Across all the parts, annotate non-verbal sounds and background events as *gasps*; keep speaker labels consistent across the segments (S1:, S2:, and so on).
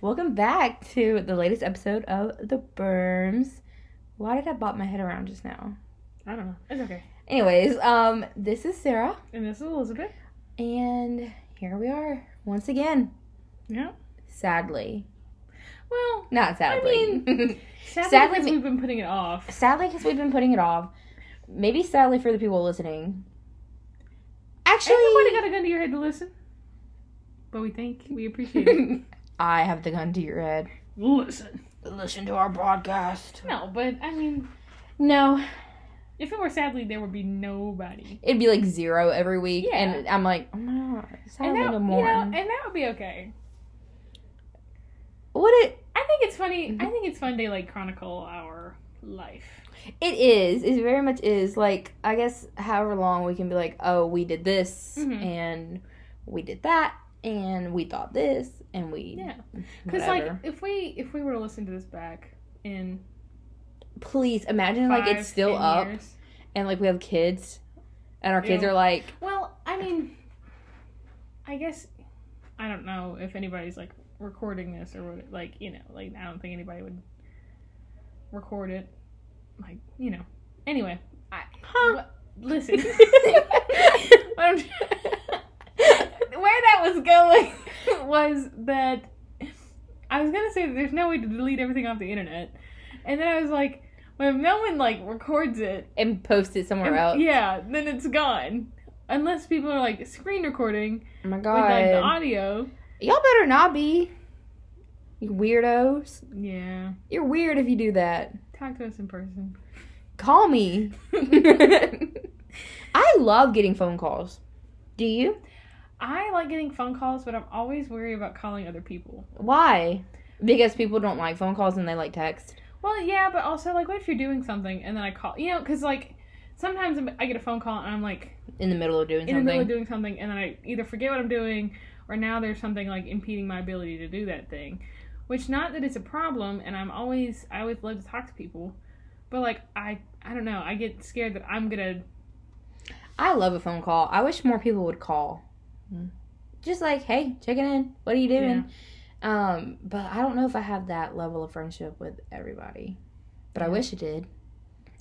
S1: Welcome back to the latest episode of The Berms. Why did I bop my head around just now?
S2: I don't know. It's okay.
S1: Anyways, um, this is Sarah,
S2: And this is Elizabeth.
S1: and here we are once again.
S2: Yeah.
S1: Sadly,
S2: Well,
S1: not sadly.
S2: mean- sadly,
S1: Sadly,
S2: because
S1: we-
S2: we've been putting it
S1: *laughs*
S2: off.
S1: sadly, because we've been putting it off. Maybe sadly for the people listening. Actually,
S2: Everybody got a gun to your head to listen. But we think we appreciate it.
S1: I have the gun to your head.
S2: listen.
S1: *laughs* Listen to our broadcast.
S2: No, but I mean,
S1: No,
S2: if it were sadly, there would be nobody.
S1: it'd be like zero every week,
S2: Yeah.
S1: and I'm like, oh my god,
S2: And
S1: sadly
S2: that,
S1: no
S2: you
S1: more.
S2: know, and that would be okay.
S1: what it
S2: I think it's funny.
S1: Mm-hmm.
S2: I think it's fun to like chronicle our life.
S1: it is, it very much is like I guess however long we can be like, oh, we did this
S2: Mhm.
S1: and we did that and we thought this and we
S2: Yeah. Because like,
S1: whatever.
S2: if we if we were to listen to this back in
S1: please imagine like
S2: five,
S1: it's still
S2: 10
S1: up
S2: years,
S1: and like we have kids and our kids
S2: Ew.
S1: are like
S2: *laughs* Well, I mean, I guess I don't know if anybody's like recording this or what. Like, you know, like I don't think anybody would record it. Like, you know. Anyway,
S1: huh
S2: wh- listen. *laughs*
S1: I'm
S2: I'm tr- Where that was going was that I was gonna say that there's no way to delete everything off the internet, and then I was like, well, if no one like records it,
S1: and post it somewhere
S2: and-
S1: else.
S2: Yeah, then it's gone. Unless people are like screen recording
S1: Oh my
S2: with
S1: god.
S2: like the audio.
S1: Y'all better not be. You weirdos.
S2: Yeah.
S1: You're weird if you do that.
S2: Talk to us in person.
S1: Call
S2: *laughs*
S1: me. I love getting phone calls. Do you?
S2: I like getting phone calls, but I'm always wary about calling other people.
S1: Why? Because people don't like phone calls and they like text.
S2: Well, yeah, but also like, what if you're doing something and then I call? You know, because like sometimes I'm- I get a phone call and I'm like
S1: In the middle of doing
S2: in the middle of
S1: something.
S2: doing something and then I either forget what I'm doing or now there's something like impeding my ability to do that thing. Which not that it's a problem and I'm always I always love to talk to people, but like I I don't know, I get scared that I'm gonna
S1: I love a phone call. I wish more people would call.
S2: Hmm.
S1: Just like, hey, checking in. What are you doing? Um, but I don't know if I have that level of friendship with everybody. But I
S2: Yeah.
S1: wish it did.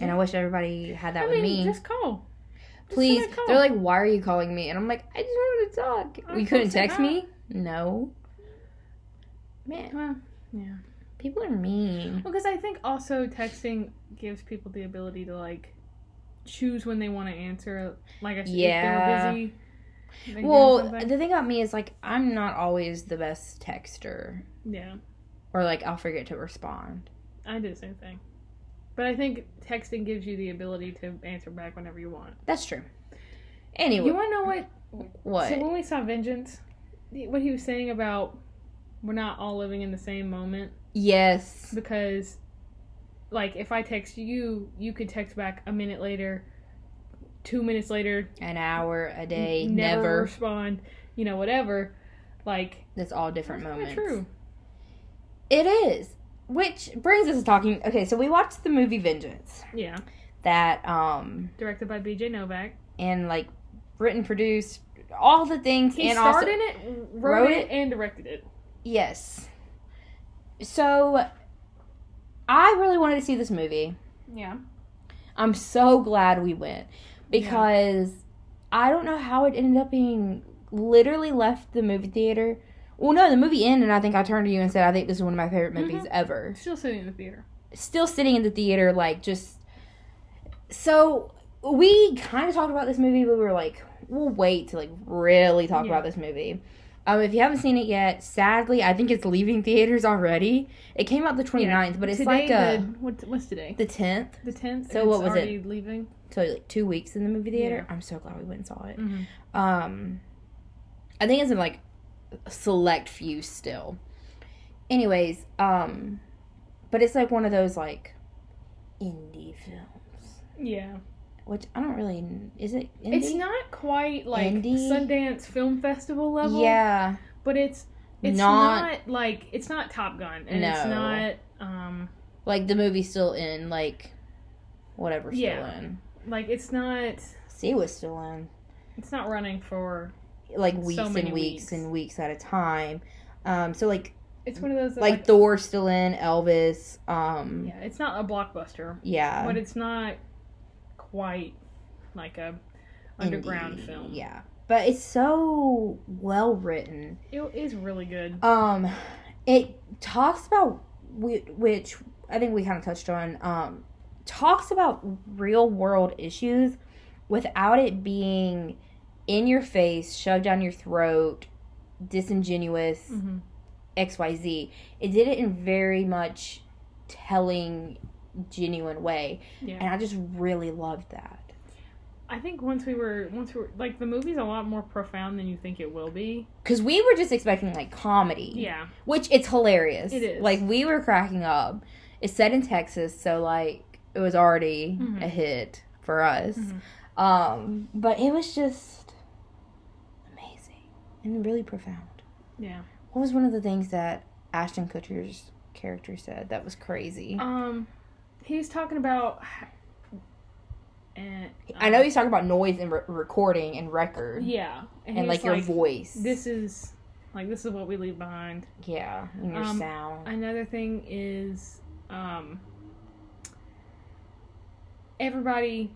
S1: And I wish everybody had that
S2: I
S1: with
S2: mean,
S1: me.
S2: just call. Just
S1: please
S2: send a call.
S1: they're like why are you calling me and i'm like i just wanted to talk
S2: I
S1: you
S2: was
S1: couldn't
S2: supposed to
S1: text me no man
S2: Well, yeah.
S1: people are mean
S2: Well, because I think also texting gives people the ability to like choose when they want to answer. Like, I said,
S1: Yeah.
S2: if they were busy. they can
S1: well
S2: come back.
S1: the thing about me is like i'm not always the best texter
S2: yeah,
S1: or like i'll forget to respond
S2: I do the same thing. But I think texting gives you the ability to answer back whenever you want.
S1: that's true anyway
S2: You want to know what?
S1: what
S2: So when we saw Vengeance, what he was saying about we're not all living in the same moment
S1: yes
S2: because, like, if I text you, you could text back a minute later, two minutes later,
S1: an hour a day
S2: n-
S1: never,
S2: respond, you know, whatever. Like
S1: that's all different
S2: that's kinda
S1: moments
S2: True.
S1: it is which brings us to talking okay so we watched the movie vengeance
S2: Yeah.
S1: that um
S2: Directed by BJ Novak.
S1: and like written, produced, all the things,
S2: He
S1: and
S2: starred
S1: also
S2: in it, wrote,
S1: wrote
S2: it,
S1: it.
S2: and directed it.
S1: yes. So, I really wanted to see this movie.
S2: Yeah.
S1: I'm so glad we went because I don't know how it ended up being. Literally left the movie theater. Well, no, the movie ended, and I think I turned to you and said, "I think this is one of my favorite movies
S2: Mhm.
S1: ever."
S2: Still sitting in the theater.
S1: Still sitting in the theater, like just. So we kind of talked about this movie, but we were like, we'll wait to like really talk
S2: Yeah.
S1: about this movie. Um, if you haven't seen it yet, sadly, I think it's leaving theaters already. It came out the 29th, but it's
S2: today,
S1: like a,
S2: the, what, what's today?
S1: the 10th,
S2: The tenth.
S1: So
S2: and
S1: what
S2: it's
S1: was it?
S2: already Leaving.
S1: so like two weeks in the movie theater. I'm so glad we went and saw it.
S2: Mm-hmm.
S1: Um, I think it's in like a select few still. Anyways, um, but it's like one of those like indie films,
S2: Yeah.
S1: which I don't really is it. Indie?
S2: It's not quite like
S1: Indie?
S2: Sundance Film Festival level.
S1: Yeah,
S2: But it's it's
S1: Not-
S2: not, like it's not Top Gun and it's
S1: No.
S2: not um
S1: like the movie's still in like whatever's
S2: Yeah.
S1: still in.
S2: like it's not
S1: See was still in
S2: it's not running for
S1: like weeks
S2: many
S1: and weeks,
S2: weeks.
S1: and weeks at a time. Um, so like
S2: It's one of those that,
S1: like, Thor still in Elvis. Um, yeah.
S2: yeah, it's not a blockbuster, but it's not quite like a underground
S1: indie,
S2: film.
S1: Yeah, but it's so well written.
S2: It is really good.
S1: Um, it talks about whi- which I think we kind of touched on. Um, talks about real world issues without it being in your face, shoved down your throat, disingenuous.
S2: hmm
S1: XYZ. It did it in very much telling, genuine way.
S2: Yeah.
S1: And I just really loved that.
S2: I think once we were once we were like the movie's a lot more profound than you think it will be.
S1: Because we were just expecting like comedy.
S2: Yeah.
S1: Which it's hilarious.
S2: It is.
S1: Like we were cracking up. It's set in Texas, so like it was already
S2: Mhm.
S1: a hit for us.
S2: Mhm.
S1: Um, but it was just amazing and really profound.
S2: Yeah.
S1: What was one of the things that Ashton Kutcher's character said that was crazy?
S2: Um he was talking about and um,
S1: I know he's talking about noise and re- recording and record
S2: Yeah.
S1: and
S2: he
S1: like
S2: was
S1: your voice.
S2: This is like this is what we leave behind.
S1: yeah, and your
S2: Um,
S1: sound.
S2: Another thing is um everybody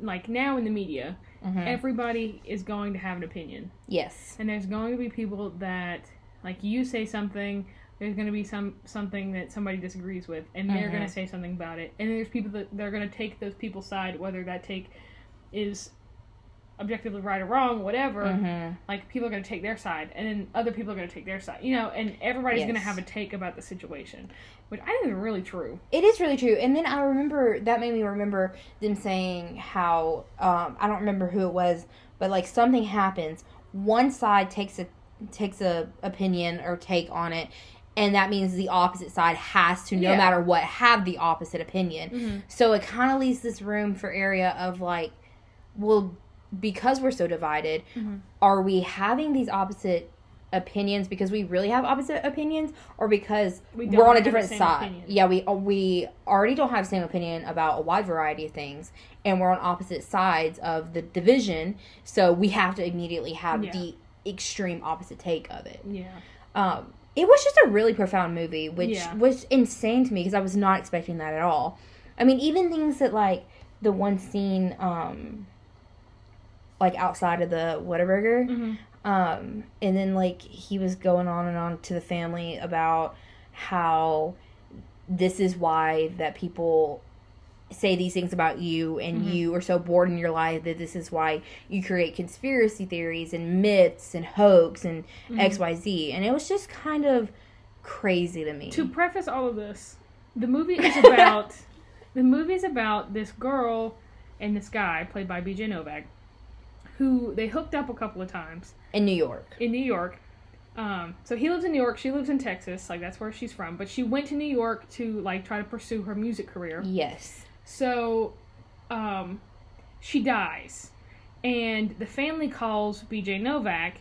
S2: like now in the media,
S1: Mhm.
S2: everybody is going to have an opinion.
S1: yes,
S2: and there's going to be people that like you say something there's going to be some something that somebody disagrees with and they're
S1: Mhm.
S2: going to say something about it and there's people that they're going to take those people's side whether that take is objectively right or wrong whatever
S1: Mhm.
S2: like people are going to take their side and then other people are going to take their side you know and everybody's going to
S1: Yes.
S2: have a take about the situation which i think is really true
S1: it is really true. And then I remember that made me remember them saying how um, I don't remember who it was, but like something happens, one side takes a takes a opinion or take on it, and that means the opposite side has to, no
S2: Yeah.
S1: matter what, have the opposite opinion.
S2: mm-hmm.
S1: So it kind of leaves this room for area of like, well, because we're so divided,
S2: Mhm.
S1: are we having these opposite opinions because we really have opposite opinions, or because
S2: We
S1: we
S2: don't
S1: are on a
S2: have the
S1: different
S2: same
S1: side?
S2: opinion.
S1: Yeah, we uh, we already don't have the same opinion about a wide variety of things, and we're on opposite sides of the division, so we have to immediately have
S2: Yeah.
S1: the extreme opposite take of it
S2: yeah
S1: um it was just a really profound movie which
S2: Yeah.
S1: was insane to me because i was not expecting that at all i mean even things that like the one scene um like outside of the Whataburger,
S2: hmm
S1: um and then like he was going on and on to the family about how this is why that people say these things about you and
S2: Mhm.
S1: you are so bored in your life that this is why you create conspiracy theories and myths and hoax and
S2: Mm-hmm.
S1: XYZ. And it was just kind of crazy to me.
S2: to preface all of this, the movie is about the movie is about this girl and this guy played by BJ Novak, who they hooked up a couple of times
S1: in New York.
S2: in New York. Um, so he lives in New York, she lives in Texas, like that's where she's from. But she went to New York to like try to pursue her music career.
S1: Yes.
S2: So, um, she dies, and the family calls BJ Novak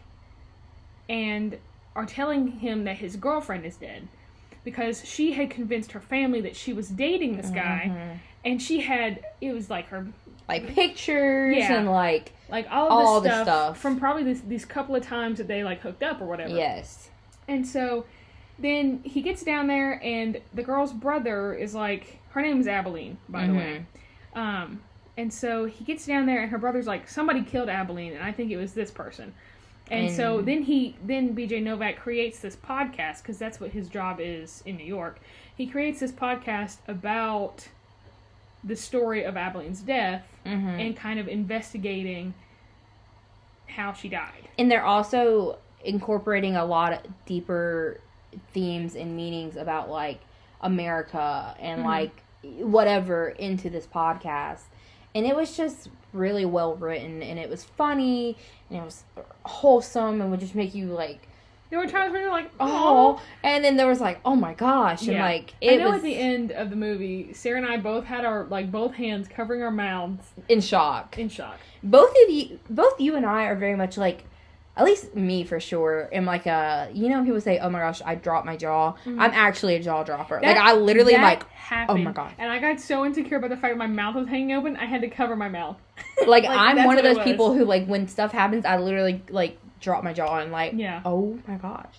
S2: and are telling him that his girlfriend is dead because she had convinced her family that she was dating this guy,
S1: Mhm.
S2: and she had it was like her
S1: Like pictures
S2: Yeah.
S1: and like,
S2: like all of this
S1: All the
S2: stuff,
S1: stuff.
S2: from probably this, these couple of times that they like hooked up or whatever.
S1: yes.
S2: And so then he gets down there, and the girl's brother is like, her name is Abilene, by the way. Um, and so he gets down there, and her brother's like, somebody killed Abilene, and I think it was this person. And so
S1: And-
S2: then he, then BJ Novak creates this podcast because that's what his job is in New York. He creates this podcast about the story of Abilene's death
S1: Mhm.
S2: and kind of investigating how she died.
S1: And they're also incorporating a lot of deeper themes and meanings about like America and
S2: Mhm.
S1: like whatever into this podcast. And it was just really well written and it was funny and it was wholesome and would just make you like
S2: There were times when you're like, oh,
S1: oh and then there was like oh my gosh and
S2: Yeah.
S1: like it
S2: I know
S1: was
S2: at the end of the movie, Sarah and I both had our like both hands covering our mouths
S1: in shock
S2: in shock.
S1: both of you both you and i are very much like at least me for sure am like a you know when people say oh my gosh i dropped my jaw i'm actually a jaw dropper
S2: Mm-hmm. That-
S1: like i literally am
S2: that
S1: like oh
S2: happened.
S1: God.
S2: And I got so insecure about the fact that my mouth was hanging open, I had to cover my mouth.
S1: like,
S2: Like,
S1: i'm
S2: that's
S1: one of
S2: what it
S1: those
S2: was.
S1: people who like when stuff happens i literally like drop my jaw and like
S2: Yeah.
S1: oh my gosh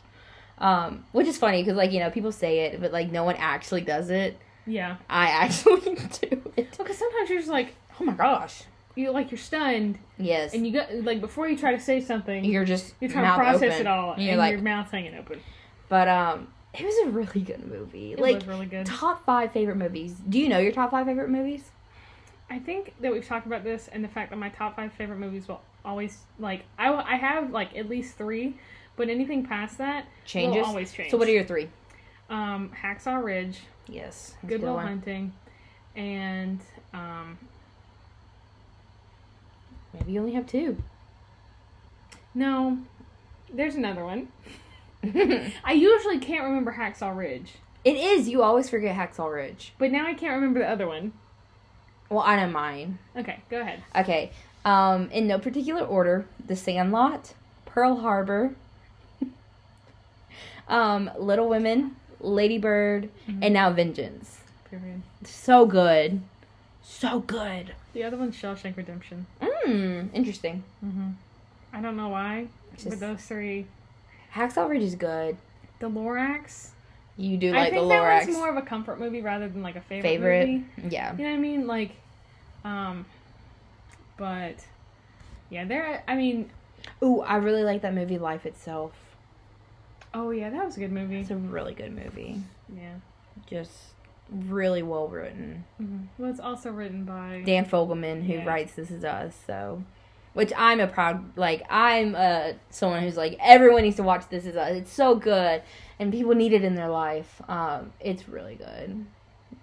S1: Um, which is funny because like you know people say it, but like no one actually does it.
S2: Yeah.
S1: I *laughs* actually do it.
S2: Because sometimes you're just like,
S1: Oh my gosh.
S2: you like you're stunned,
S1: Yes.
S2: and you go like before you try to say something, you're,
S1: you're just
S2: trying
S1: mouth
S2: to process
S1: open.
S2: it all,
S1: And
S2: and,
S1: you're like,
S2: your mouth's hanging open.
S1: but um, it was a really good movie.
S2: It
S1: like
S2: was really good.
S1: top five favorite movies. Do you know your top five favorite movies?
S2: I think that we've talked about this, and the fact that my top five favorite movies will always like I will- I have like at least three, but anything past that
S1: Changes.
S2: will always change.
S1: so what are your three?
S2: um Hacksaw Ridge,
S1: Yes. that's a
S2: Goodwill
S1: one.
S2: Hunting, and um
S1: Maybe you only have two. *laughs*
S2: no, there's another one. I usually can't remember Hacksaw Ridge,
S1: It is. You always forget Hacksaw Ridge.
S2: but now I can't remember the other one.
S1: Well, I know mine.
S2: Okay, go ahead.
S1: Okay. Um, in no particular order, The Sandlot, Pearl Harbor, *laughs* um, Little Women, Lady Bird,
S2: Mm-hmm.
S1: and now Vengeance.
S2: Period.
S1: So good. So good.
S2: The other one's Shawshank Redemption.
S1: Mmm. Interesting.
S2: Mm-hmm. I don't know why,
S1: Just-
S2: but those three,
S1: Hacksaw Ridge is good.
S2: the Lorax.
S1: You do
S2: I
S1: like the
S2: think
S1: Lorax
S2: that was more of a comfort movie rather than like a favorite.
S1: favorite.
S2: Movie.
S1: Yeah.
S2: You know what I mean? Like, um, but yeah, there. I mean,
S1: Ooh, I really like that movie Life Itself.
S2: oh yeah, that was a good movie.
S1: It's a really good movie.
S2: Yeah.
S1: Just really well written.
S2: Mhm. Well, it's also written by.
S1: Dan Fogelman, who
S2: Yeah.
S1: writes This Is Us, so which I'm a proud like I'm uh someone who's like everyone needs to watch This Is Us. It's so good and people need it in their life. Um, it's really good.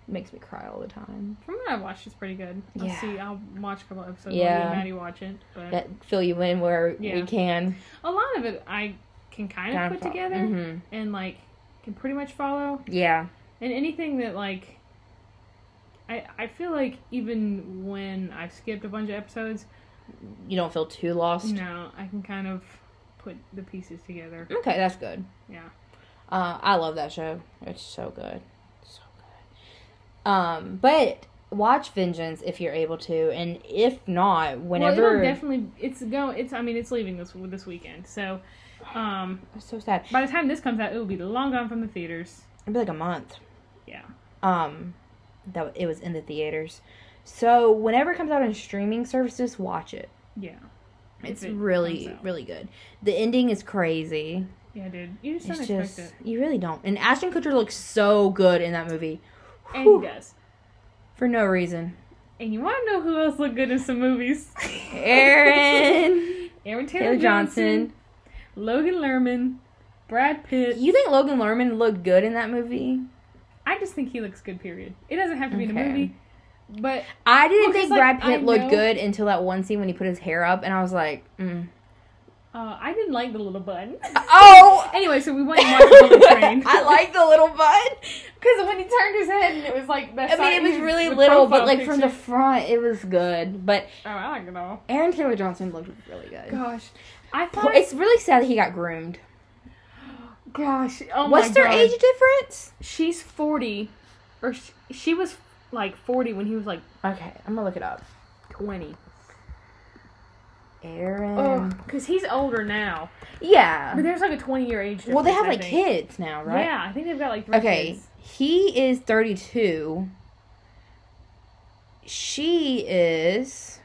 S1: Makes me cry all the time.
S2: From what I've watched, it's pretty good. I'll
S1: Yeah.
S2: see. I'll watch a couple episodes.
S1: Yeah.
S2: Yeah. While you and Maddie watch it, but
S1: That fill you in where we
S2: Yeah.
S1: can.
S2: a lot of it I can kind of put together
S1: hmm
S2: and like can pretty much follow.
S1: Yeah.
S2: And anything that like I I feel like even when I've skipped a bunch of episodes,
S1: You don't feel too lost.
S2: no, I can kind of put the pieces together.
S1: Okay, that's good.
S2: Yeah.
S1: Uh, I love that show. It's so good. So good. Um, but watch Vengeance if you're able to, and if not, whenever.
S2: well, it'll definitely it's go it's I mean it's leaving this this weekend. So um
S1: That's so sad.
S2: by the time this comes out, it will be long gone from the theaters.
S1: It'd be like a month.
S2: Yeah.
S1: Um, that it was in the theaters. So whenever it comes out on streaming services, watch it.
S2: Yeah. If
S1: It's
S2: it
S1: really,
S2: comes out.
S1: really good. The ending is crazy.
S2: Yeah, dude. You just
S1: It's
S2: don't
S1: just
S2: expect
S1: you really don't. And Ashton Kutcher looks so good in that movie
S2: it. And
S1: Whew.
S2: he does.
S1: for no
S2: *laughs*
S1: reason.
S2: And you wanna know who else looked good in some
S1: *laughs*
S2: movies?
S1: Aaron,
S2: Aaron Taylor,
S1: Taylor
S2: Johnson.
S1: Johnson.
S2: Logan Lerman, Brad Pitt.
S1: You think Logan Lerman looked good in that movie?
S2: I just think he looks good. Period. It doesn't have to be in
S1: Okay.
S2: a movie, but
S1: I didn't
S2: Well, 'cause,
S1: think
S2: like,
S1: Brad
S2: I
S1: Pitt looked
S2: know-
S1: good until that one scene when he put his hair up, and I was like,
S2: *laughs*
S1: mm.
S2: uh, I didn't like the little bun.
S1: *laughs* "Oh,
S2: anyway, so we went and watched
S1: *laughs*
S2: Bullet Train.
S1: I like the little
S2: *laughs*
S1: bud."
S2: because when he turned his head and it was like that.
S1: I mean, it was really little, but like from the front, it was good. But
S2: oh, I like it all.
S1: Aaron Taylor Johnson looked really good.
S2: Gosh, I
S1: Po-
S2: thought.
S1: It's really sad that he got groomed.
S2: gosh, oh
S1: What's
S2: my
S1: their
S2: God.
S1: age difference?
S2: She's forty, or she, she was like forty when he was like
S1: Okay, I'm gonna look it up.
S2: twenty.
S1: Aaron.
S2: because he's older now. But
S1: Yeah.
S2: there's like a twenty-year age. Difference,
S1: Um, Well, they have
S2: I
S1: like
S2: think.
S1: kids now, right?
S2: Yeah, I think they've got like three
S1: Okay,
S2: kids.
S1: he is 32. She is.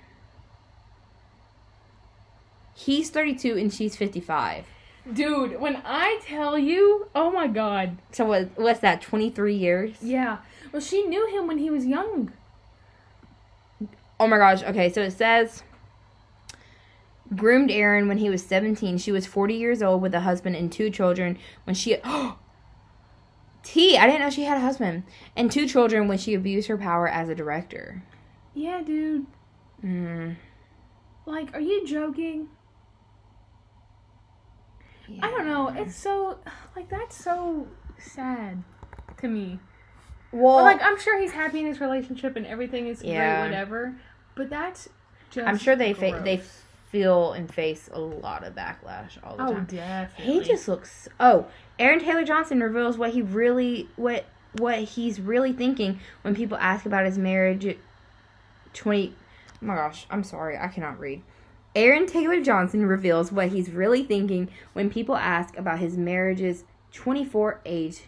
S1: He's 32 and she's 55.
S2: Dude, when I tell you, oh my god.
S1: So what, what's that, 23 years?
S2: Yeah. Well, she knew him when he was young.
S1: Oh my gosh. Okay, so it says. Groomed Aaron when he was 17. She was 40 years old with a husband and two children when she. *gasps* T, I didn't know she had a husband. And two children when she abused her power as a director.
S2: Yeah, dude.
S1: Mm,
S2: Like, are you joking? I don't know. It's so, like, that's so sad to me.
S1: Well,
S2: But, like, I'm sure he's happy in his relationship and everything is
S1: Yeah.
S2: great, whatever. But that's just.
S1: I'm sure they fa-
S2: gross.
S1: they feel and face a lot of backlash all the
S2: Oh,
S1: time.
S2: definitely.
S1: He just looks. Oh, Aaron Taylor Johnson reveals what he really what what he's really thinking when people ask about his marriage. Twenty. Oh my gosh, I'm sorry, I cannot read. Aaron Taylor Johnson reveals what he's really thinking when people ask about his marriage's 24 age,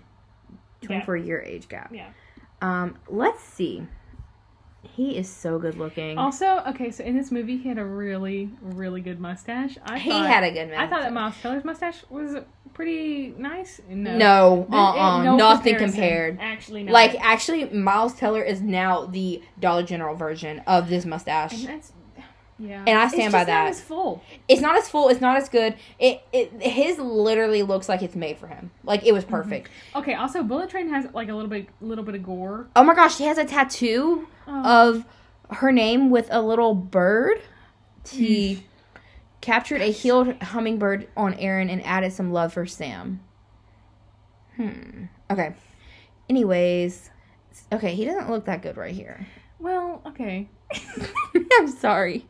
S1: 24 year age gap.
S2: Yeah.
S1: Um, let's see. He is so good looking.
S2: Also, okay, so in this movie, he had a really, really good mustache. I
S1: he
S2: thought,
S1: had a good man.
S2: I thought that Miles Teller's mustache was pretty nice. No,
S1: No,
S2: There-
S1: uh, uh
S2: it-
S1: nothing
S2: comparison.
S1: compared.
S2: Actually, no.
S1: Like actually, Miles Teller is now the Dollar General version of this
S2: and
S1: mustache.
S2: that's yeah.
S1: And I
S2: It's
S1: stand
S2: just
S1: by
S2: not
S1: that.
S2: as full.
S1: It's not as full. It's not as good. It, it his literally looks like it's made for him. Like it was perfect.
S2: Okay. Also, Bullet Train has like a little bit, little bit of gore.
S1: Oh my gosh, she has a tattoo
S2: Oh,
S1: of her name with a little bird. She captured a healed hummingbird on Aaron and added some love for Sam. Hmm. Okay. Anyways, okay, he doesn't look that good right here.
S2: well, okay.
S1: *laughs* I'm sorry.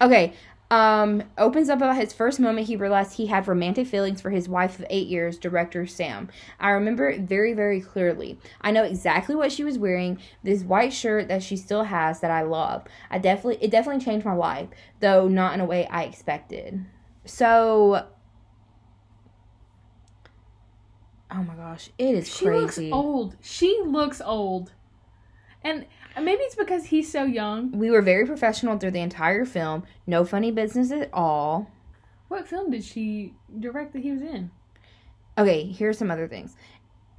S1: Okay. Um, opens up about his first moment he realized he had romantic feelings for his wife of eight years, director Sam. I remember it very, very clearly. I know exactly what she was wearing, this white shirt that she still has that I love. I definitely it definitely changed my life, though not in a way I expected. So Oh my gosh, it is
S2: She looks
S1: crazy.
S2: old. She looks old. And maybe it's because he's so young.
S1: We were very professional through the entire film. No funny business at all.
S2: What film did she direct that he was in?
S1: Okay, here's some other things.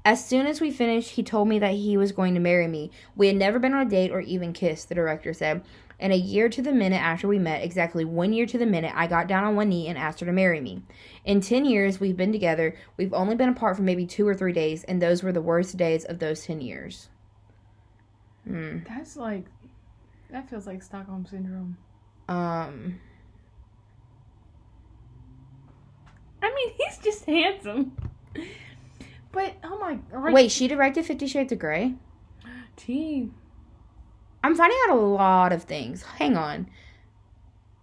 S1: As soon as we finished, he told me that he was going to marry me. We had never been on a date or even kissed, the director said. And a year to the minute after we met, exactly one year to the minute, I got down on one knee and asked her to marry me. In 10 years, we've been together. We've only been apart for maybe two or three days, and those were the worst days of those 10 years. Hmm.
S2: That's like, that feels like Stockholm syndrome.
S1: Um.
S2: I mean, he's just handsome. But oh my, right,
S1: Wait, she directed Fifty Shades of Grey?
S2: gee,
S1: I'm finding out a lot of things. Hang on.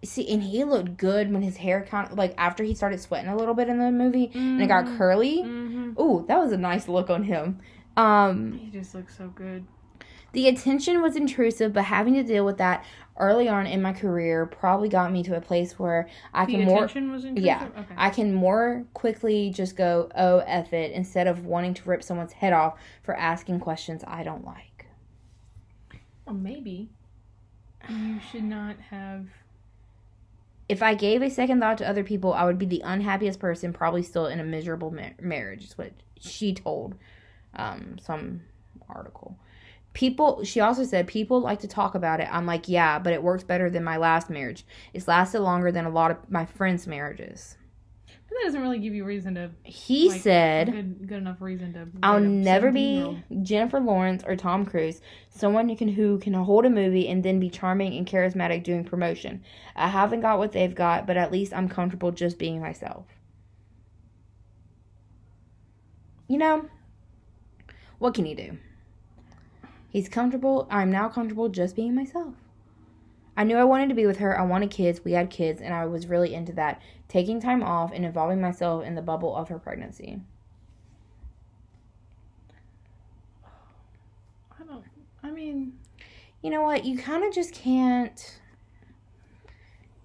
S1: See, and he looked good when his hair kind of like after he started sweating a little bit in the movie and it got
S2: Mhm.
S1: curly.
S2: hmm
S1: Ooh, that was a nice look on him. Um,
S2: he just looks so good.
S1: the attention was intrusive, but having to deal with that early on in my career probably got me to a place where I
S2: The
S1: can more
S2: attention was intrusive.
S1: yeah.
S2: Okay.
S1: I can more quickly just go oh f it instead of wanting to rip someone's head off for asking questions I don't like.
S2: Well, maybe you should not have.
S1: If I gave a second thought to other people, I would be the unhappiest person, probably still in a miserable ma- marriage, is what she told um, some article. People, she also said, people like to talk about it. I'm like, yeah, but it works better than my last marriage. It's lasted longer than a lot of my friends' marriages.
S2: But that doesn't really give you reason to.
S1: He
S2: Like,
S1: said,
S2: Good, good enough reason to.
S1: I'll
S2: date a
S1: never be
S2: 17-year-old.
S1: Jennifer Lawrence or Tom Cruise, someone who can who can hold a movie and then be charming and charismatic doing promotion. I haven't got what they've got, but at least I'm comfortable just being myself. You know, what can he do? He's comfortable. I'm now comfortable just being myself. I knew I wanted to be with her. I wanted kids. We had kids, and I was really into that. Taking time off and involving myself in the bubble of her pregnancy.
S2: I don't. I mean,
S1: you know what? You kind of just can't.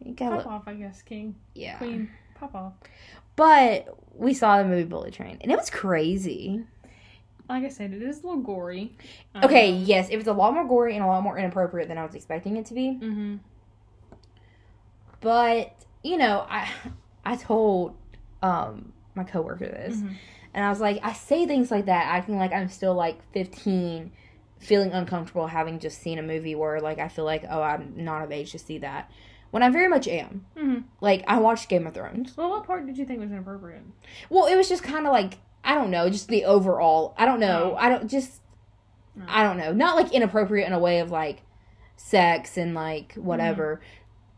S1: You gotta
S2: pop
S1: look,
S2: off, I guess, King,
S1: yeah.
S2: Queen, pop off.
S1: But we saw the movie Bullet Train, and it was crazy.
S2: Like I said, it is a little gory. Um,
S1: Okay,
S2: Uh-huh.
S1: yes, it was a lot more gory and a lot more inappropriate than I was expecting it to be.
S2: Mm-hmm.
S1: But you know, I I told um my coworker this,
S2: Mhm.
S1: and I was like, I say things like that, acting like I'm still like 15, feeling uncomfortable having just seen a movie where like I feel like oh I'm not of age to see that, when I very much am.
S2: Mm-hmm.
S1: Like I watched Game of Thrones.
S2: Well, what part did you think was inappropriate?
S1: Well, it was just kind of like I don't know, just the overall. I don't know.
S2: Oh.
S1: I don't just.
S2: Oh.
S1: I don't know. Not like inappropriate in a way of like sex and like
S2: Mm-hmm.
S1: whatever.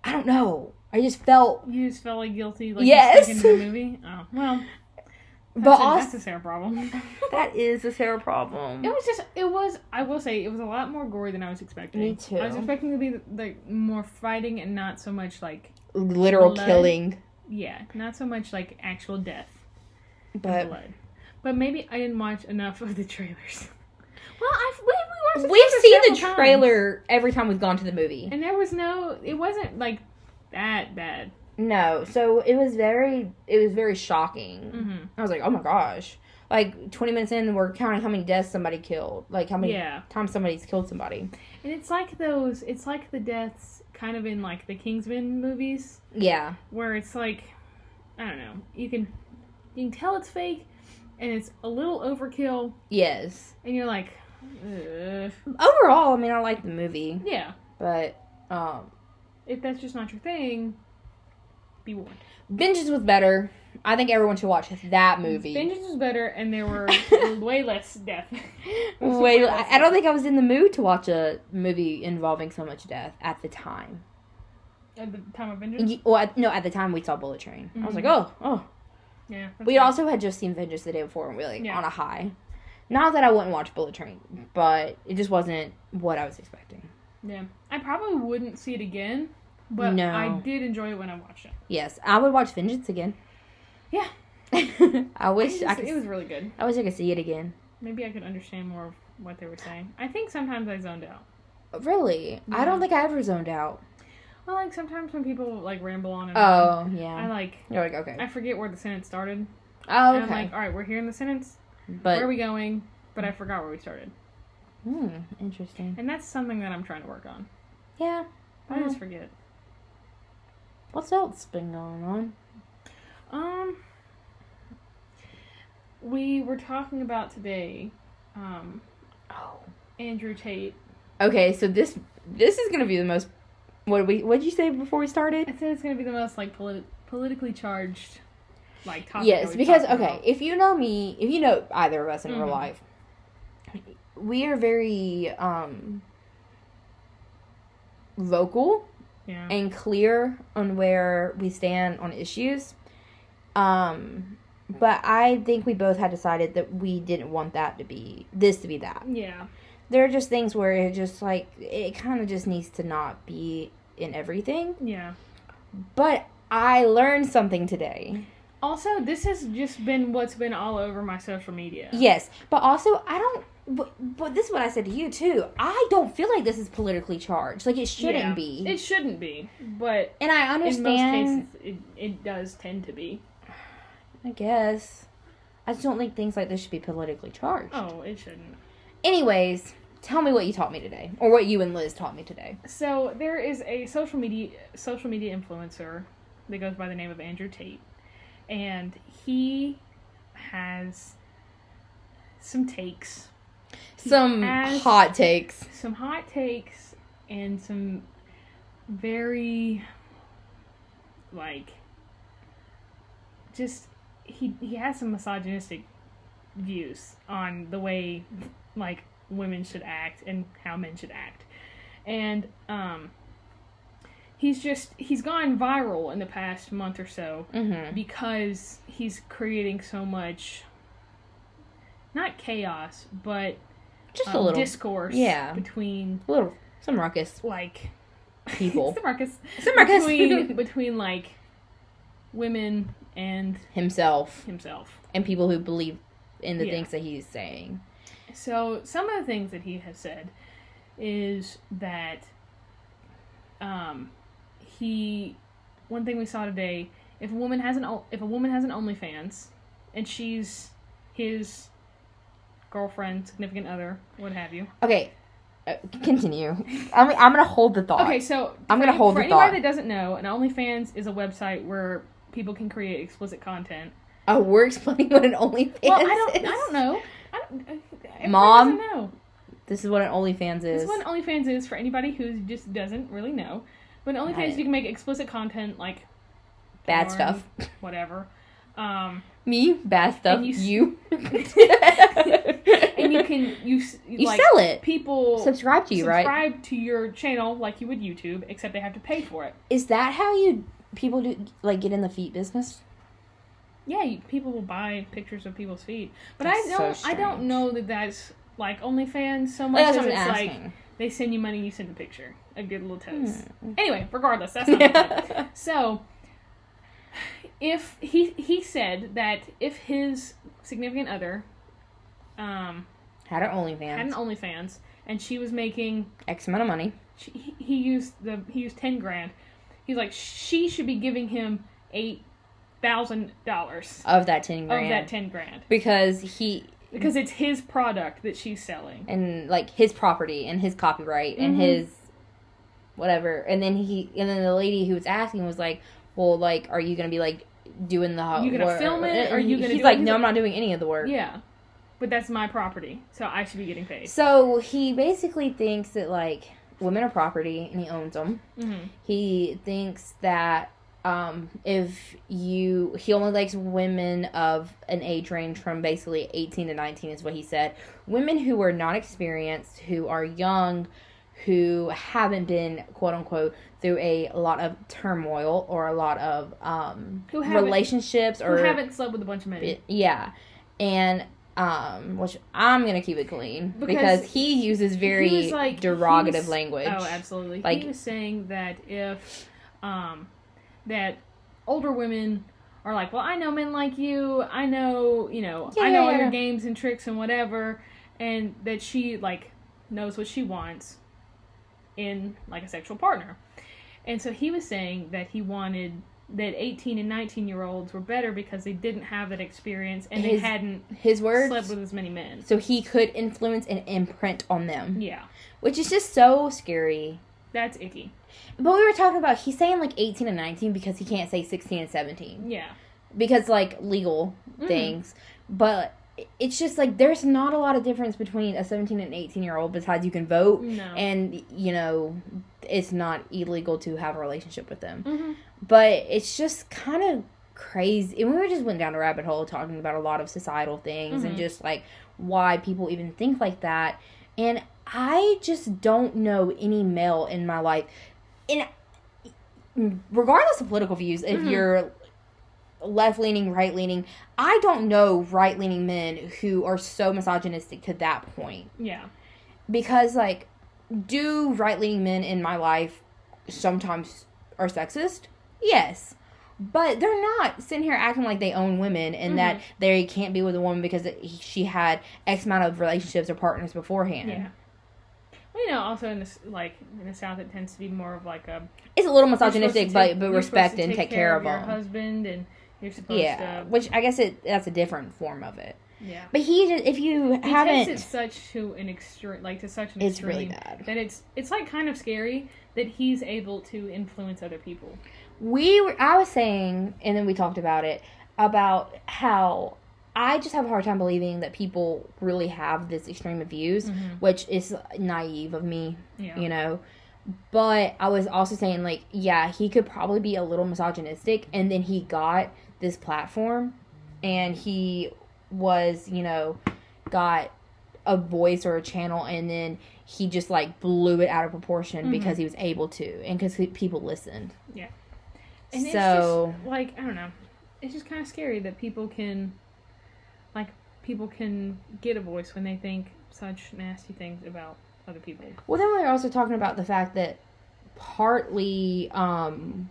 S1: I don't know. I just felt,
S2: You just felt like guilty, like
S1: Yes.
S2: yes. into the movie. Oh well, that's,
S1: but
S2: a, that's
S1: also
S2: a Sarah problem. *laughs*
S1: that is a Sarah problem.
S2: It was just, it was. I will say, it was a lot more gory than I was expecting.
S1: Me too.
S2: I was expecting to be like more fighting and not so much like,
S1: Literal
S2: Blood.
S1: killing,
S2: yeah, not so much like actual death, and
S1: but
S2: blood. But maybe I didn't watch enough *laughs* of the trailers. Well, I've, we, we watched. The
S1: we've
S2: trailers
S1: seen the
S2: several times,
S1: trailer every time we've gone to the movie.
S2: and there was no. It wasn't like that bad.
S1: No, so it was very, it was very shocking.
S2: Mm-hmm.
S1: I was like, oh my gosh. like 20 minutes in, we're counting how many deaths somebody killed, like how many
S2: yeah.
S1: times somebody's killed somebody.
S2: And it's like those, it's like the deaths kind of in like the Kingsman movies
S1: Yeah,
S2: where it's like, I don't know, you can, you can tell it's fake and it's a little overkill
S1: yes.
S2: and you're like, Ugh.
S1: Overall, I mean, I like the movie,
S2: yeah,
S1: but um,
S2: if that's just not your thing, be warned.
S1: Vengeance was better. I think everyone should watch that movie. *laughs*
S2: Vengeance was better, and there were way less death. *laughs*
S1: Wait,
S2: less
S1: I I don't think I was in the mood to watch a movie involving so much death at the time.
S2: at the time of Vengeance.
S1: Y- Well, at- no, at the time we saw Bullet Train. I was like, oh,
S2: Mm-hmm.
S1: oh.
S2: Yeah, that's
S1: We
S2: fair.
S1: also had just seen Vengeance the day before, and we were like
S2: Yeah.
S1: on a high. Not that I wouldn't watch Bullet Train, but it just wasn't what I was expecting.
S2: Yeah, I probably wouldn't see it again, but
S1: No.
S2: I did enjoy it when I watched it.
S1: Yes, I would watch Vengeance again.
S2: Yeah.
S1: *laughs* I wish I
S2: It
S1: could.
S2: was, it was really good.
S1: I wish I could see it again.
S2: Maybe I could understand more of what they were saying. I think sometimes I zoned out.
S1: Really, I
S2: Yeah.
S1: don't think I ever zoned out.
S2: Well, like sometimes when people like ramble on and on,
S1: Oh
S2: Mm-hmm. I
S1: yeah,
S2: like
S1: you're like okay.
S2: I forget where the sentence started.
S1: Oh
S2: And I'm
S1: okay,
S2: like, all right, we're here in the sentence. where are
S1: but
S2: we going? But I forgot where we started,
S1: hmm, interesting.
S2: and that's something that I'm trying to work on.
S1: Yeah.
S2: I
S1: Oh.
S2: just forget.
S1: What's else been going on?
S2: Um, we were talking about today, um,
S1: Oh.
S2: Andrew Tate.
S1: Okay, so this this is gonna be the most. What did we what did you say before we started?
S2: I said it's gonna be the most like politi- politically charged, like topic. that
S1: yes,
S2: we've
S1: because
S2: talked
S1: okay, if you know me, if you know either of us in real
S2: Mhm.
S1: life, we are very um vocal
S2: about. yeah,
S1: and clear on where we stand on issues. Um but I think we both had decided that we didn't want that to be this to be that.
S2: yeah,
S1: there are just things where it just like it kind of just needs to not be in everything
S2: yeah.
S1: but i learned something today
S2: Also, this has just been what's been all over my social media.
S1: yes but also i don't but, but this is what i said to you too i don't feel like this is politically charged like it shouldn't
S2: Yeah.
S1: be
S2: It shouldn't be, but
S1: and i understand
S2: in most cases, it, it does tend to be.
S1: i guess i just don't think things like this should be politically charged
S2: Oh, it shouldn't.
S1: anyways tell me what you taught me today or what you and liz taught me today
S2: So there is a social media social media influencer that goes by the name of Andrew Tate, and he has some takes,
S1: some
S2: As-
S1: hot takes
S2: some hot takes, and some very like just he he has some misogynistic views on the way like women should act and how men should act. And um he's just he's gone viral in the past month or so
S1: mm-hmm.
S2: because he's creating so much not chaos, but
S1: just a
S2: um,
S1: little
S2: discourse
S1: Yeah.
S2: between
S1: a little some ruckus
S2: like
S1: people
S2: *laughs* the Marcus
S1: Sir Marcus. *laughs*
S2: *laughs* between between like women and
S1: himself
S2: himself.
S1: and people who believe in the
S2: Yeah.
S1: things that he's saying.
S2: So some of the things that he has said is that um he one thing we saw today if a woman has an O- if a woman has an OnlyFans and she's his girlfriend significant other what have you
S1: Okay, uh,
S2: *laughs*
S1: continue. I'm, I'm gonna hold the thought.
S2: Okay, so
S1: I'm gonna
S2: for-
S1: hold
S2: for
S1: the
S2: anybody
S1: thought.
S2: that doesn't know, an OnlyFans is a website where people can create explicit content.
S1: Oh, we're explaining what an OnlyFans
S2: Well, I don't, I
S1: is.
S2: don't know. I don't, everybody
S1: Mom?
S2: doesn't know.
S1: This is what an OnlyFans is.
S2: This is what OnlyFans is for anybody who just doesn't really know. But
S1: Got
S2: on
S1: it.
S2: OnlyFans, you can make explicit content like
S1: Bad
S2: porn,
S1: stuff. *laughs*
S2: whatever. Um,
S1: Me, bad stuff.
S2: *laughs* And you s-
S1: you.
S2: and you can you s-
S1: *laughs* You
S2: like
S1: sell it.
S2: people
S1: Subscribe to you, right?
S2: subscribe to your channel like you would YouTube, except they have to pay for it.
S1: Is that how you people do like get in the feet business?
S2: Yeah, you, people will buy pictures of people's feet, but
S1: That's so
S2: I don't. I don't
S1: strange.
S2: know that that's like OnlyFans so much
S1: Like, that's
S2: as
S1: what I'm
S2: it's like
S1: asking.
S2: they send you money, you send a picture of your little toes. Anyway, regardless, that's
S1: *laughs*
S2: not. the point. So, if he he said that if his significant other um,
S1: Had her
S2: had
S1: OnlyFans.
S2: an OnlyFans and she was making,
S1: X amount of money.
S2: she, he- he used the he used ten grand. He's like she should be giving him eight thousand dollars
S1: of that ten
S2: of
S1: grand
S2: that ten grand
S1: because he
S2: because it's his product that she's selling.
S1: and like his property and his copyright and
S2: Mhm.
S1: his whatever. And then he and then the lady who was asking was like, "Well, like, are you gonna be like doing the
S2: You gonna
S1: work?"
S2: film it? Are
S1: And
S2: you gonna
S1: He's
S2: do it?
S1: like,
S2: He's
S1: "No, I'm
S2: like-
S1: not doing any of the work."
S2: Yeah, but that's my property, so I should be getting paid.
S1: So he basically thinks that like women are property and he owns them.
S2: Mm-hmm.
S1: He thinks that um, if you, he only likes women of an age range from basically 18 to 19, is what he said. Women who are not experienced, who are young, who haven't been, quote unquote, through a lot of turmoil or a lot of um,
S2: Who haven't-
S1: relationships or.
S2: Who haven't slept with a bunch of men.
S1: Yeah. And. Um, which I'm gonna keep it clean because,
S2: Because
S1: he uses very
S2: was like- he
S1: derogative
S2: was-
S1: language.
S2: Oh, absolutely.
S1: Like-
S2: he was saying that if um that older women are like, Well, I know men like you, I know you know I know all
S1: Yeah.
S2: your games and tricks and whatever and that she like knows what she wants in like a sexual partner. And so he was saying that he wanted that 18 and 19 year olds were better because they didn't have that experience and
S1: His
S2: they hadn't
S1: His words.
S2: slept with as many men.
S1: so he could influence and imprint on them,
S2: Yeah,
S1: which is just so scary.
S2: that's icky.
S1: But we were talking about he's saying like 18 and 19 because he can't say 16 and 17
S2: Yeah.
S1: because like legal
S2: Mhm.
S1: things. But it's just like there's not a lot of difference between a 17 and 18 year old besides you can vote
S2: No.
S1: and you know it's not illegal to have a relationship with them.
S2: hmm
S1: But it's just kind of crazy. And we just went down a rabbit hole talking about a lot of societal things and
S2: Mhm.
S1: just like why people even think like that. And I just don't know any male in my life. And regardless of political views, if
S2: Mhm.
S1: you're left leaning, right leaning, I don't know right leaning men who are so misogynistic to that point
S2: Yeah.
S1: because like do right leaning men in my life sometimes are sexist yes but they're not sitting here acting like they own women and that
S2: Mm-hmm.
S1: they can't be with a woman because it- she had x amount of relationships or partners beforehand
S2: Yeah. Well, you know, also in this, like in the South, it tends to be more of like a
S1: it's a little
S2: you're supposed
S1: misogynistic
S2: to
S1: but
S2: take-
S1: but
S2: you're supposed
S1: respect
S2: to
S1: and take care of
S2: your
S1: them
S2: husband, and you're supposed
S1: yeah
S2: to.
S1: which i guess it that's a different form of it
S2: Yeah,
S1: but he just if you
S2: he
S1: haven't
S2: takes it such to an extreme, like to such an
S1: it's
S2: extreme
S1: really bad
S2: that it's it's like kind of scary that he's able to influence other people.
S1: we were i was saying and then we talked about it about how i just have a hard time believing that people really have this extreme of views which is naive of me
S2: Yeah.
S1: you know but i was also saying like yeah he could probably be a little misogynistic and then he got this platform and he was you know got a voice or a channel and then he just like blew it out of proportion
S2: Mhm.
S1: because he was able to and because people listened
S2: And it's
S1: so
S2: just like I don't know, it's just kind of scary that people can, like, people can get a voice when they think such nasty things about other people.
S1: Well, then we were also talking about the fact that partly um,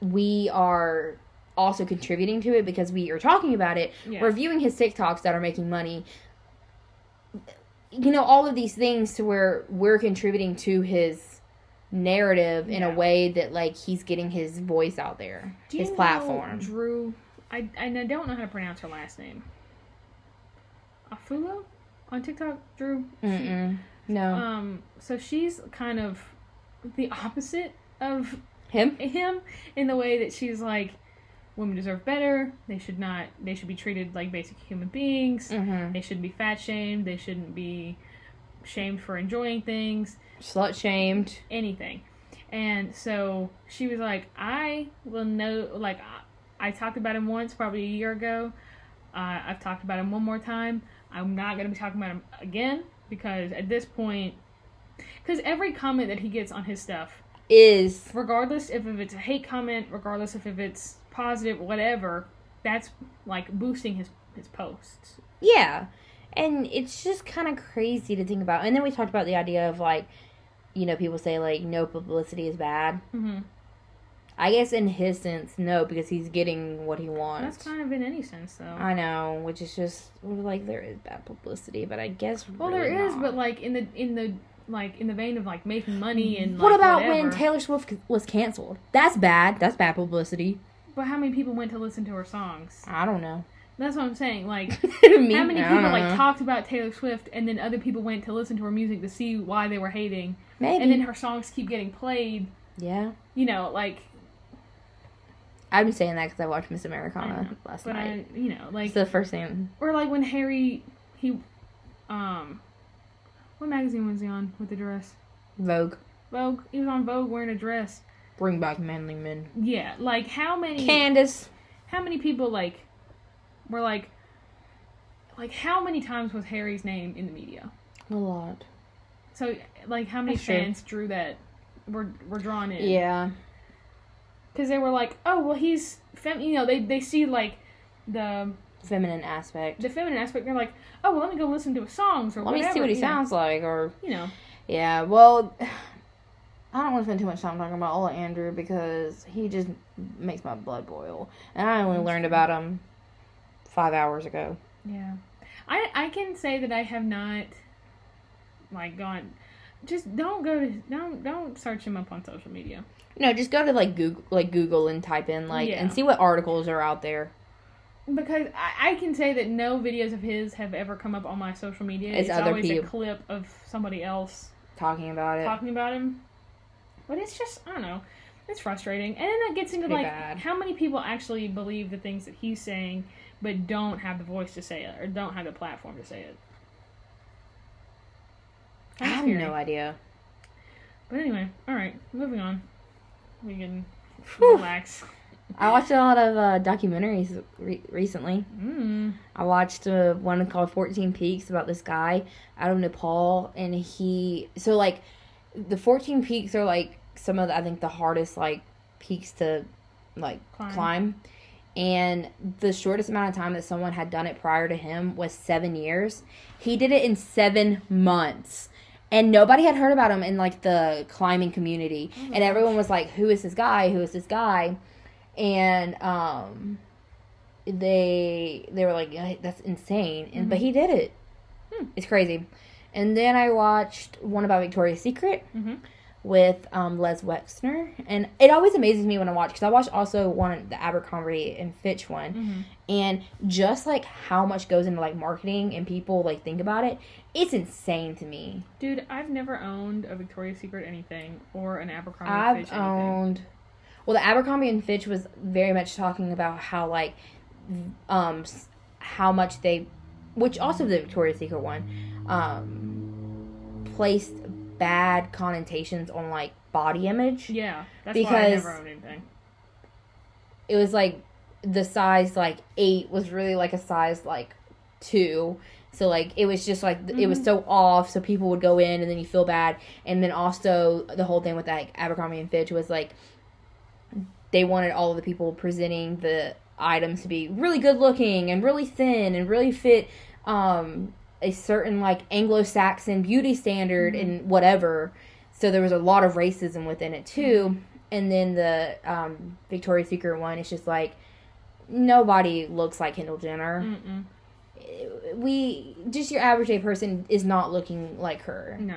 S1: we are also contributing to it because we are talking about it.
S2: Yeah.
S1: We're viewing his TikToks that are making money. You know, all of these things to where we're contributing to his narrative in a
S2: Yeah.
S1: way that like he's getting his voice out there,
S2: Do
S1: his
S2: you know
S1: platform.
S2: Drew, I, I n- don't know how to pronounce her last name. Afulo on TikTok, Drew. She-
S1: Mm-mm. No,
S2: um, so she's kind of the opposite of
S1: him.
S2: him in the way that she's like, women deserve better. They should not. They should be treated like basic human beings.
S1: hmm
S2: They shouldn't be fat shamed. They shouldn't be shamed for enjoying things
S1: Slut shamed.
S2: anything. And so she was like, I will know, like, I- I talked about him once, probably a year ago. Uh, I've talked about him one more time. I'm not going to be talking about him again because at this point, because every comment that he gets on his stuff,
S1: Is
S2: regardless if, if it's a hate comment, regardless if, if it's positive, whatever, that's like boosting his, his posts.
S1: Yeah. And it's just kind of crazy to think about. And then we talked about the idea of like, you know, people say like no publicity is bad.
S2: Mm-hmm.
S1: I guess in his sense, no, because he's getting what he wants.
S2: That's kind of in any sense, though.
S1: I know, which is just we're like there is bad publicity, but I guess
S2: Well, there is, but like in the in the like in the vein of like making money and
S1: Mm-hmm. what
S2: like,
S1: about
S2: whatever.
S1: when Taylor Swift c- was canceled? That's bad. That's bad publicity.
S2: But how many people went to listen to her songs?
S1: I don't know. *laughs*
S2: That's what I'm saying. Like,
S1: Me,
S2: how many
S1: I
S2: people
S1: don't
S2: like
S1: know.
S2: talked about Taylor Swift and then other people went to listen to her music to see why they were hating,
S1: Maybe.
S2: and then her songs keep getting played.
S1: yeah.
S2: You know, like,
S1: I've been saying that because I watched Miss
S2: I
S1: Americana
S2: know,
S1: last
S2: but
S1: night.
S2: I, you know, like,
S1: it's the first thing.
S2: or like when Harry, he, um, what magazine was he on with the dress?
S1: Vogue,
S2: Vogue. He was on Vogue wearing a dress.
S1: bring back manly men.
S2: Yeah, like how many?
S1: Candace,
S2: how many people like were like like how many times was Harry's name in the media?
S1: a lot.
S2: So like how many
S1: That's true.
S2: fans drew that were were drawn in?
S1: Yeah,
S2: because they were like, oh well, he's fem. You know, they they see like the
S1: feminine aspect.
S2: the feminine aspect. They're like, oh well, let me go listen to his songs or
S1: Let
S2: whatever.
S1: me see what he
S2: you know.
S1: sounds like, or
S2: You know,
S1: Yeah, well, *sighs* I don't want to spend too much time talking about Ola Andrew because he just makes my blood boil, and I only learned about him five hours ago.
S2: yeah. I I can say that I have not like gone. Just don't go to don't don't search him up on social media.
S1: No, just go to like Google, like Google, and type in like
S2: Yeah.
S1: and see what articles are out there.
S2: Because I, I can say that no videos of his have ever come up on my social media.
S1: It's
S2: It's,
S1: other
S2: always
S1: people.
S2: a clip of somebody else
S1: talking about it.
S2: talking about him. But it's just I don't know. It's frustrating. And then that gets into
S1: Pretty
S2: like
S1: bad.
S2: how many people actually believe the things that he's saying but don't have the voice to say it or don't have the platform to say it.
S1: I have
S2: Scary.
S1: no idea.
S2: But anyway, alright, moving on. We can
S1: Whew.
S2: relax.
S1: I watched a lot of uh, documentaries re- recently.
S2: Mm.
S1: I watched uh, one called 14 Peaks about this guy out of Nepal, and he so like the 14 Peaks are like some of the, I think the hardest like peaks to like
S2: Climb.
S1: climb. And the shortest amount of time that someone had done it prior to him was seven years. He did it in seven months. And nobody had heard about him in like the climbing community. and everyone was like, Who is this guy? Who is this guy? And um they they were like, "Yeah, That's insane. And but he did it. It's crazy. And then I watched one about Victoria's Secret
S2: Mhm.
S1: with um, Les Wexner, and it always amazes me when I watch because I watched also one the Abercrombie and Fitch one,
S2: Mhm.
S1: and just like how much goes into like marketing and people like think about it, it's insane to me.
S2: Dude, I've never owned a Victoria's Secret anything or an Abercrombie Fitch
S1: I've
S2: anything.
S1: owned, well, the Abercrombie and Fitch was very much talking about how like, um, s- how much they, which also the Victoria's Secret one, um, placed bad connotations on like body image.
S2: Yeah, that's why I
S1: Because-
S2: never owned anything.
S1: it was like the size like eight was really like a size like two so like it was just like th- it was so off so people would go in and then you feel bad and then also the whole thing with like abercrombie and fitch was like they wanted all of the people presenting the items to be really good looking and really thin and really fit um a certain like anglo-saxon beauty standard and whatever so there was a lot of racism within it too and then the um victoria's secret one is just like nobody looks like kendall jenner
S2: Mm-mm.
S1: we just your average day person is not looking like her
S2: No.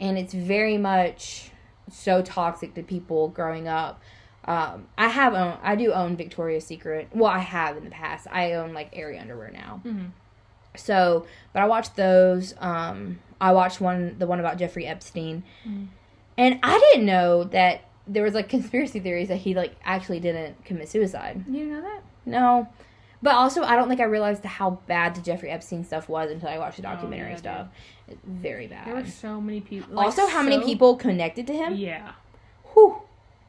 S1: and it's very much so toxic to people growing up um, i have own i do own victoria's secret well i have in the past i own like airy underwear now
S2: Mm-hmm.
S1: so but i watched those um, i watched one the one about jeffrey epstein
S2: Mm.
S1: and i didn't know that there was like *laughs* conspiracy theories that he like actually didn't commit suicide
S2: You know that?
S1: no. But also, I don't think I realized how bad the Jeffrey Epstein stuff was until I watched the documentary
S2: Oh, yeah,
S1: stuff. It's Very
S2: There were
S1: bad.
S2: so many people.
S1: also, how many people connected to him?
S2: Yeah.
S1: Whew.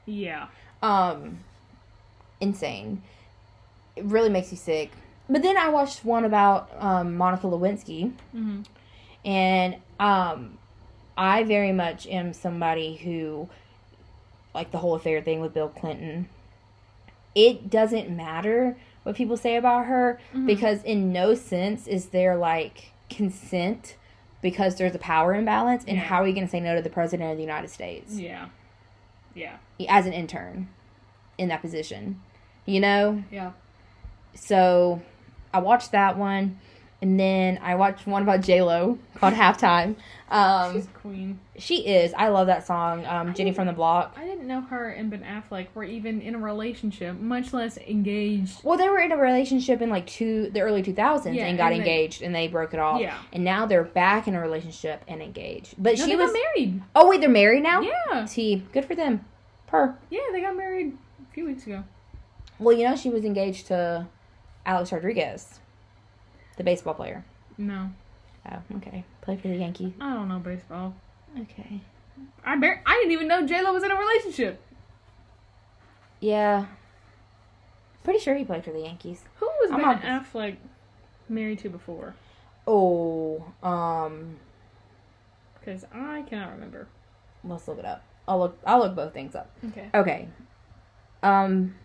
S2: Yeah.
S1: Um, insane. It really makes you sick. But then I watched one about um, Monica Lewinsky,
S2: Mm-hmm.
S1: and um, I very much am somebody who, like the whole affair thing with Bill Clinton, it doesn't matter what people say about her
S2: Mm-hmm.
S1: because in no sense is there like consent because there's a power imbalance and
S2: Yeah.
S1: how are you going to say no to the president of the united states
S2: Yeah. Yeah.
S1: as an intern in that position you know
S2: Yeah.
S1: so i watched that one And then I watched one about J Lo called *laughs* Halftime. Um,
S2: She's a queen.
S1: she is. I love that song. Um, Jenny from the Block.
S2: I didn't know her and Ben Affleck were even in a relationship, much less engaged.
S1: Well, they were in a relationship in like two the early two thousands
S2: Yeah,
S1: and got
S2: and they-
S1: engaged and they broke it off.
S2: Yeah.
S1: And now they're back in a relationship and engaged. But
S2: No,
S1: she
S2: they
S1: was
S2: got married.
S1: Oh wait, they're married now?
S2: Yeah.
S1: T. Good for them. Per.
S2: Yeah, they got married a few weeks ago.
S1: Well, you know she was engaged to Alex Rodriguez, the baseball player.
S2: No.
S1: Oh, okay. Play for the Yankees.
S2: I don't know baseball.
S1: Okay.
S2: I bar- I didn't even know J Lo was in a relationship.
S1: Yeah. Pretty sure he played for the Yankees.
S2: Who was
S1: I'm
S2: Ben
S1: not-
S2: Affleck married to before?
S1: Oh, um,
S2: Because I cannot remember.
S1: let's look it up. I'll look. I'll look both things up.
S2: Okay.
S1: Okay. Um.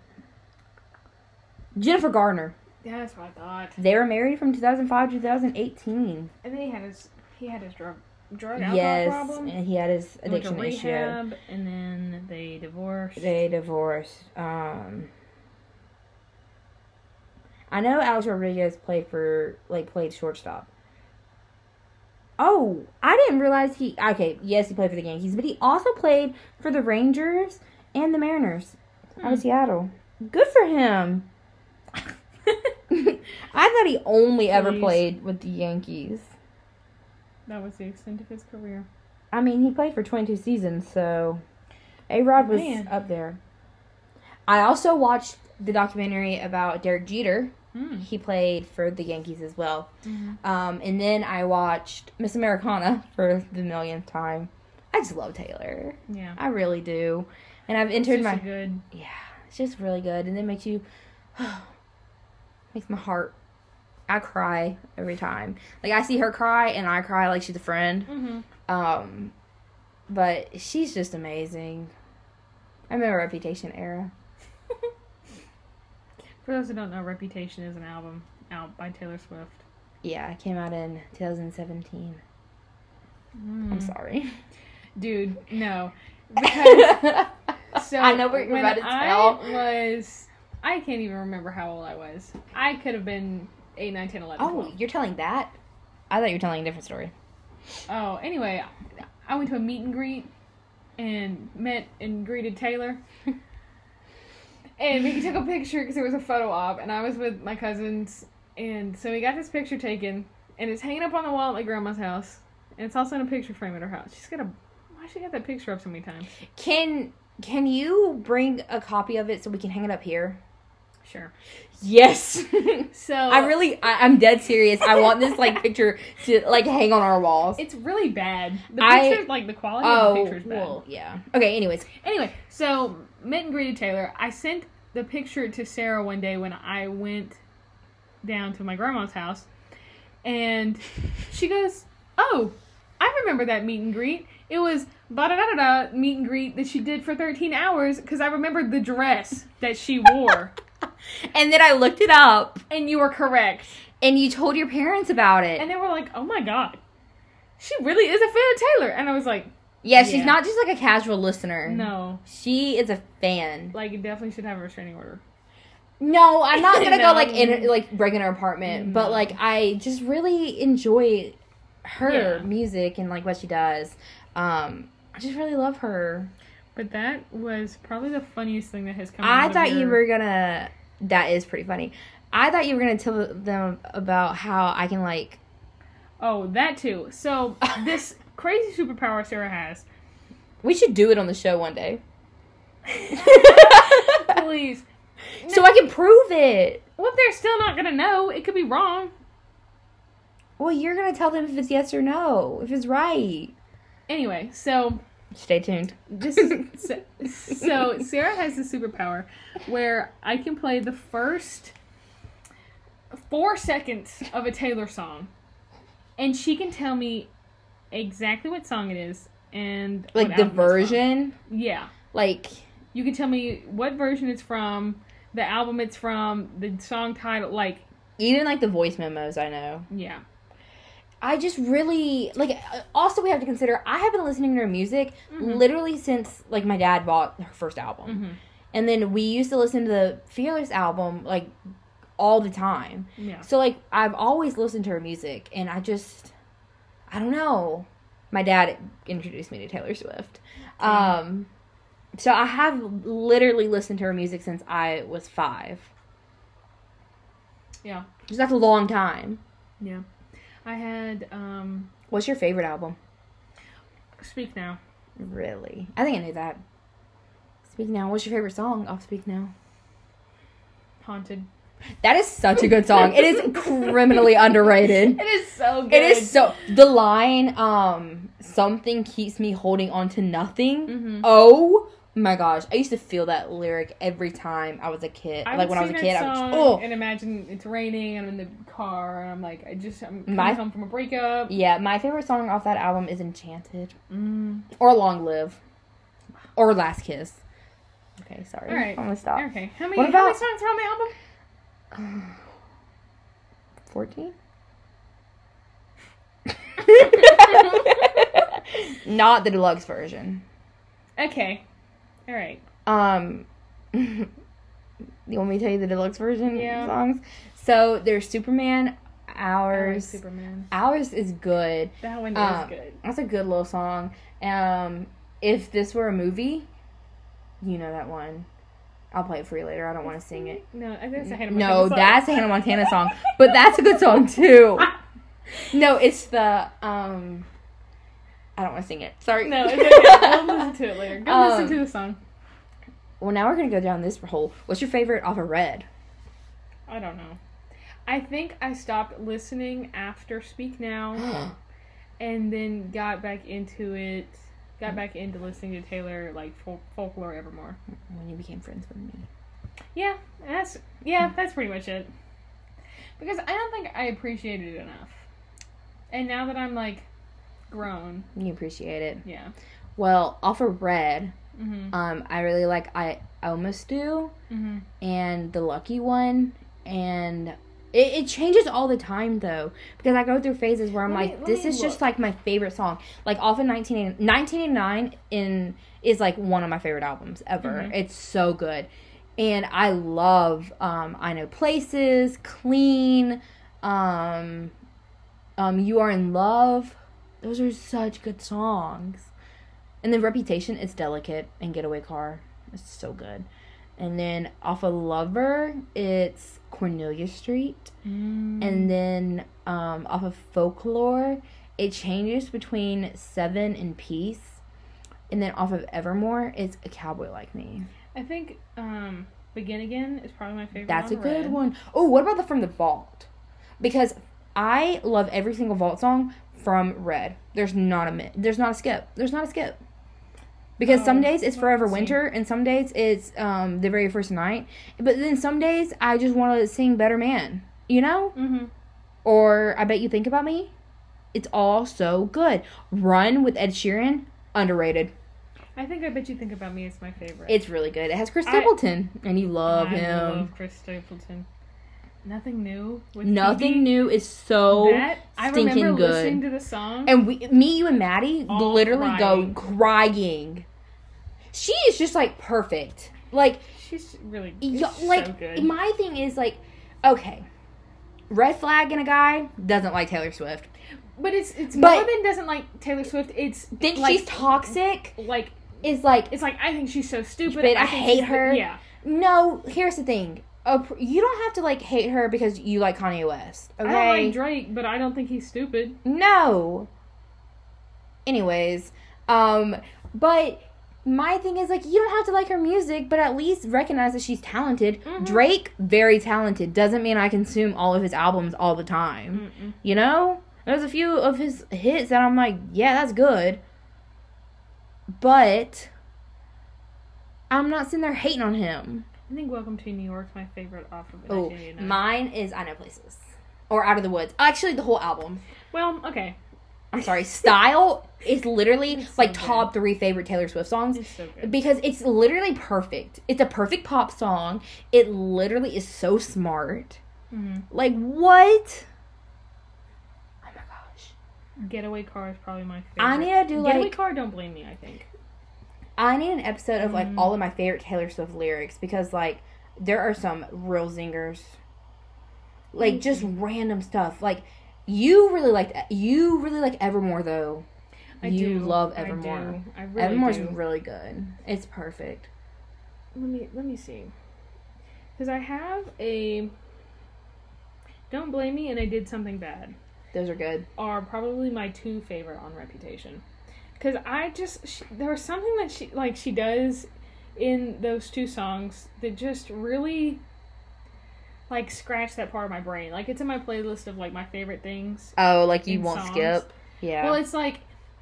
S1: Jennifer Garner.
S2: Yeah, that's what I thought.
S1: They were married from 2005 to 2018.
S2: And then he had his he had his drug drug alcohol
S1: Yes,
S2: problem.
S1: and he had his
S2: He went to
S1: addiction issue.
S2: rehab, and then they divorced.
S1: They divorced. Um. I know Alex Rodriguez played for like played shortstop. Oh, I didn't realize he. Okay, yes, he played for the Yankees, but he also played for the Rangers and the Mariners out of Seattle. Good for him. *laughs* I thought he only ever
S2: Please.
S1: played with the Yankees.
S2: that was the extent of his career.
S1: I mean, he played for 22 seasons, so A Rod was
S2: Man.
S1: up there. I also watched the documentary about Derek Jeter.
S2: Mm.
S1: He played for the Yankees as well. Um, and then I watched Miss Americana for the millionth time. I just love Taylor.
S2: Yeah.
S1: I really do. And I've
S2: It's
S1: entered
S2: just
S1: my.
S2: a good.
S1: yeah, it's just really good. And it makes you. *sighs* makes my heart. I cry every time. Like, I see her cry, and I cry like she's a friend.
S2: Mm-hmm.
S1: Um, but she's just amazing. I remember Reputation era.
S2: For those who don't know, Reputation is an album out by Taylor Swift.
S1: Yeah, it came out in 2017. I'm sorry.
S2: Dude, no.
S1: *laughs*
S2: Because, so
S1: I know what you're
S2: when
S1: about to
S2: I
S1: tell.
S2: was. I can't even remember how old I was. I could have been 8, 9, 10, 11.
S1: Oh,
S2: 12.
S1: you're telling that? I thought you were telling a different story.
S2: Oh, anyway, I went to a meet and greet and met and greeted Taylor. *laughs* and we took a picture because it was a photo op, and I was with my cousins. And so we got this picture taken, and it's hanging up on the wall at my grandma's house. And it's also in a picture frame at her house. She's got a. Why she got that picture up so many times?
S1: Can can you bring a copy of it so we can hang it up here?
S2: Sure.
S1: *laughs* Yes.
S2: So
S1: I really I, I'm dead serious. I want this like picture to like hang on our walls.
S2: It's really bad. The
S1: I-
S2: picture, like the quality of the
S1: oh,
S2: picture is bad.
S1: well, yeah. Okay, anyways.
S2: Anyway, so met and greeted Taylor. I sent the picture to Sarah one day when I went down to my grandma's house, and she goes, "Oh, I remember that meet and greet. It was da da da da da meet and greet that she did for 13 hours because I remembered the dress that
S1: *laughs*
S2: she wore."
S1: And then I looked it up
S2: and you were correct.
S1: and you told your parents about it.
S2: And they were like, "Oh my god, she really is a fan of Taylor." And I was like,
S1: Yeah, she's
S2: Yeah.
S1: not just like a casual listener.
S2: "No,
S1: She is a fan.
S2: like you definitely should have a restraining order."
S1: No, I'm
S2: *laughs*
S1: not gonna
S2: No.
S1: go like in like breaking her apartment,
S2: No.
S1: but like I just really enjoy her
S2: Yeah.
S1: music and like what she does. Um I just really love her.
S2: But that was probably the funniest thing that has come. out
S1: I
S2: of
S1: thought you
S2: your-
S1: were gonna that is pretty funny. I thought you were gonna tell them about how I can like
S2: Oh, that too. So this crazy superpower Sarah has.
S1: we should do it on the show one day.
S2: *laughs*
S1: *laughs*
S2: Please.
S1: so I can prove it.
S2: Well, they're still not gonna know. It could be wrong.
S1: Well, you're gonna tell them if it's yes or no, if it's right.
S2: Anyway, so
S1: Stay tuned.
S2: this
S1: *laughs*
S2: is so, so Sarah has this superpower where I can play the first four seconds of a Taylor song, and she can tell me exactly what song it is and
S1: Like
S2: what
S1: the
S2: album it's from.
S1: version.
S2: Yeah.
S1: Like
S2: You can tell me what version it's from, the album it's from, the song title, like,
S1: even like the voice memos I know.
S2: yeah.
S1: I just really like uh, also we have to consider I have been listening to her music
S2: Mm-hmm.
S1: literally since like my dad bought her first album.
S2: Mhm.
S1: And then we used to listen to the Fearless album like all the time.
S2: Yeah.
S1: So like I've always listened to her music and I just I don't know. My dad introduced me to Taylor Swift. Um so I have literally listened to her music since I was 5.
S2: Yeah.
S1: Just that's a long time.
S2: Yeah. I had um
S1: What's your favorite album?
S2: Speak Now.
S1: Really? I think I knew that. Speak Now. What's your favorite song off Speak Now?
S2: Haunted.
S1: That is such a good song. it is criminally underrated.
S2: It is so good.
S1: It is so the line um something keeps me holding on to nothing.
S2: Mhm.
S1: Oh my gosh. I used to feel that lyric every time I was a kid.
S2: I
S1: like when
S2: would
S1: I was a
S2: sing
S1: kid,
S2: that
S1: I
S2: song
S1: would oh
S2: and imagine it's raining and I'm in the car and I'm like, I just I'm coming
S1: My-
S2: home from a breakup.
S1: yeah, my favorite song off that album is Enchanted.
S2: Mm.
S1: Or Long Live. Or Last Kiss. Okay, sorry.
S2: All right.
S1: I'm gonna stop.
S2: Okay. How many,
S1: Oh. What
S2: how many
S1: about-
S2: songs are on the album? *laughs*
S1: Fourteen? *laughs* Not the deluxe version.
S2: Okay. All right.
S1: Um, *laughs* you want me to tell you the deluxe version
S2: Yeah.
S1: songs? So there's Superman,
S2: I like
S1: ours.
S2: Superman.
S1: Ours is good.
S2: That one
S1: Um,
S2: is good.
S1: That's a good little song. Um, if this were a movie, you know that one. I'll play it for you later. I don't want to sing it.
S2: No, I think that's a Hannah Montana
S1: No,
S2: song.
S1: that's a Hannah Montana song, but that's a good song too. No, it's the um. I don't want to sing it. Sorry.
S2: *laughs* No,
S1: *laughs*
S2: it's okay. We'll listen to it later. Go
S1: Um,
S2: listen to the song.
S1: Well, now we're gonna go down this hole. What's your favorite off of Red?
S2: I don't know. I think I stopped listening after
S1: *gasps* *sighs*
S2: Speak Now *gasps* and then got back into it. Got back into listening to Taylor like fol- folklore evermore.
S1: when you became friends with me.
S2: Yeah, that's yeah, that's pretty much it. Because I don't think I appreciated it enough. And now that I'm like grown,
S1: You appreciate it.
S2: yeah.
S1: Well, off of Red,
S2: Mhm.
S1: um, I really like I Almost Do
S2: Mhm.
S1: and The Lucky One, and it, it changes all the time though because I go through phases where I'm
S2: Let me-
S1: like,
S2: let
S1: this
S2: me
S1: is just
S2: look.
S1: like my favorite song. Like off of 1980 1989 in is like one of my favorite albums ever.
S2: Mhm.
S1: It's so good, and I love um, I Know Places, Clean, um, um, You Are in Love. Those are such good songs. And then Reputation is delicate and Getaway Car. It's so good. And then off of Lover, it's Cornelia Street.
S2: Mm.
S1: And then um, off of Folklore, it changes between Seven and Peace. And then off of Evermore, it's A Cowboy Like Me.
S2: I think um Begin Again is probably my favorite.
S1: That's a
S2: on
S1: good
S2: Red.
S1: one. Oh, what about the From the Vault? Because I love every single Vault song from Red. There's not a mi- there's not a skip. There's not a skip. Because some
S2: Oh,
S1: days it's
S2: let's
S1: Forever
S2: see.
S1: Winter and some days it's um the very first night. But then some days I just want to sing Better Man, you know?
S2: Mhm.
S1: Or I Bet You Think About Me. It's all so good. Run with Ed Sheeran, underrated.
S2: I think I bet you think about me is my favorite.
S1: It's really good. It has Chris
S2: I-
S1: Stapleton and you love
S2: I
S1: him.
S2: love Chris Stapleton. Nothing new. With
S1: Nothing
S2: Phoebe.
S1: new is so
S2: That I
S1: stinking
S2: remember
S1: good.
S2: listening to the song.
S1: And we, me, you, and Maddie
S2: All
S1: literally
S2: crying.
S1: go crying. She is just like perfect. Like,
S2: She's really
S1: y-
S2: it's
S1: like
S2: so good.
S1: my thing is like, okay, red flag in a guy doesn't like Taylor Swift.
S2: but it's it's
S1: but-
S2: more than doesn't like Taylor Swift. It's
S1: Think
S2: like,
S1: she's toxic
S2: like
S1: is like
S2: it's like I think she's so stupid.
S1: But I
S2: think
S1: hate
S2: she's-
S1: her.
S2: Yeah,
S1: no. Here's the thing. A pr- You don't have to like hate her because you like Kanye West. Okay.
S2: I don't like Drake, but I don't think he's stupid.
S1: No. Anyways, um, but my thing is like you don't have to like her music, but at least recognize that she's talented.
S2: Mhm.
S1: Drake, very talented. Doesn't mean I consume all of his albums all the time.
S2: Mm-mm.
S1: You know, there's a few of his hits that I'm like, yeah, that's good, but I'm not sitting there hating on him.
S2: I think Welcome to New York's my favorite off of
S1: Oh,
S2: 1989.
S1: mine is I Know Places or Out of the Woods. Actually, the whole album.
S2: Well, okay,
S1: I'm
S2: *laughs*
S1: sorry, style is literally
S2: It's so Mm-hmm.
S1: like top three favorite Taylor Swift songs
S2: it's so good.
S1: because it's literally perfect. It's a perfect pop song. It literally is so smart.
S2: hmm
S1: Like what? Oh my gosh.
S2: Getaway Car is probably my favorite.
S1: I need to do
S2: Getaway
S1: like
S2: Car. Don't blame me. I think.
S1: I need an episode of like
S2: Mhm.
S1: all of my favorite Taylor Swift lyrics because like there are some real zingers. like just random stuff. Like you really like you really like Evermore though.
S2: I
S1: you
S2: do.
S1: love
S2: I do.
S1: Evermore.
S2: I, really
S1: Evermore's
S2: do.
S1: really good. It's perfect.
S2: let me let me see because i have a don't blame me and i did something bad
S1: Those are good.
S2: are probably my two favorite on reputation because i just she, there was something that she like she does in those two songs that just really like scratch that part of my brain like it's in my playlist of like my favorite things
S1: Oh, like you
S2: In
S1: won't
S2: songs?
S1: skip. Yeah.
S2: well, it's like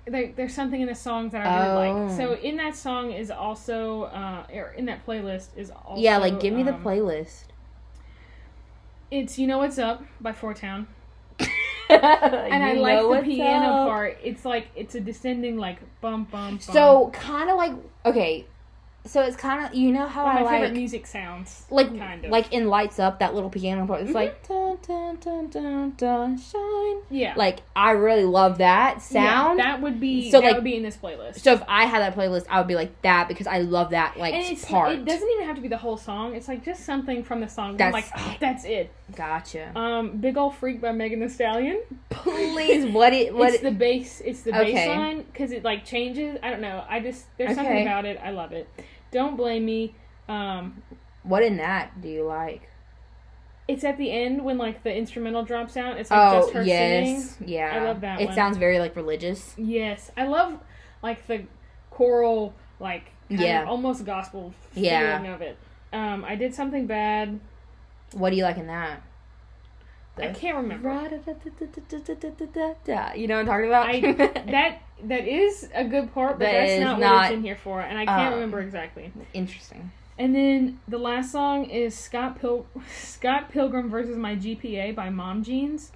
S2: there, there's something in the songs that I really
S1: Oh.
S2: like. So in that song is also, uh, or in that playlist is also.
S1: yeah, like give me the
S2: um,
S1: playlist. *laughs*
S2: It's you know what's up by Four Town, and
S1: and
S2: I like the piano part. It's like it's a descending like bump bump.
S1: So kind of like okay, so it's kind of you know how
S2: one of my
S1: I
S2: favorite
S1: like
S2: music sounds.
S1: like
S2: kind of.
S1: like in lights up that little piano part. It's like dun dun dun dun dun shine.
S2: yeah,
S1: Like I really love that
S2: Yeah,
S1: sound.
S2: that would be
S1: So,
S2: that
S1: like-
S2: would be in this playlist.
S1: so if I had that playlist, I would be like that because I love that like
S2: and it's
S1: part.
S2: it doesn't even have to be the whole song. It's like just something from the song. I'm like
S1: That's-
S2: "Oh, that's it.
S1: gotcha.
S2: Um, Big Ol' Freak by Megan Thee Stallion.
S1: Please, what it what
S2: it's
S1: it,
S2: the bass. It's the
S1: Okay.
S2: bass line because it like changes. I don't know. I just there's something
S1: Okay.
S2: about it. I love it. Don't blame me. Um,
S1: what in that do you like?
S2: it's at the end when like the instrumental drops out. It's like just
S1: Oh
S2: her
S1: yes, yeah.
S2: I love that
S1: It
S2: one.
S1: sounds very like religious.
S2: singing. Yes, I love like the choral like kind
S1: Yeah.
S2: of almost gospel feeling
S1: Yeah.
S2: of it. Um, I did something bad.
S1: What do you like in that?
S2: I can't remember.
S1: Ra-da-da-da-da-da-da-da-da. You know what I'm talking about?
S2: I that that is a good part, but
S1: That
S2: that's
S1: is
S2: not, what
S1: not-
S2: it's in here for, and I can't
S1: um,
S2: remember exactly.
S1: Interesting.
S2: And then the last song is Scott Pil- *laughs* Scott Pilgrim versus My GPA by Mom Jeans,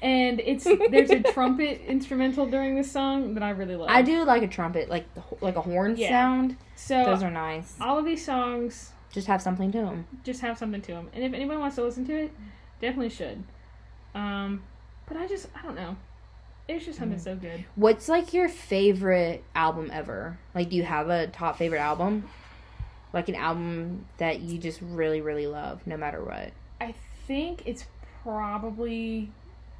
S2: and it's
S1: *laughs*
S2: there's a trumpet instrumental during this song that I really love.
S1: I do like a trumpet, like the, ho- like a horn
S2: Yeah.
S1: sound.
S2: So
S1: Those are nice.
S2: all of these songs
S1: Just have something to them.
S2: just have something to them, and if anyone wants to listen to it, definitely should. Um, but I just I don't know, it's just something so good.
S1: What's like your favorite album ever? Like, do you have a top favorite album? Like an album that you just really, really love, no matter what.
S2: I think it's probably *laughs*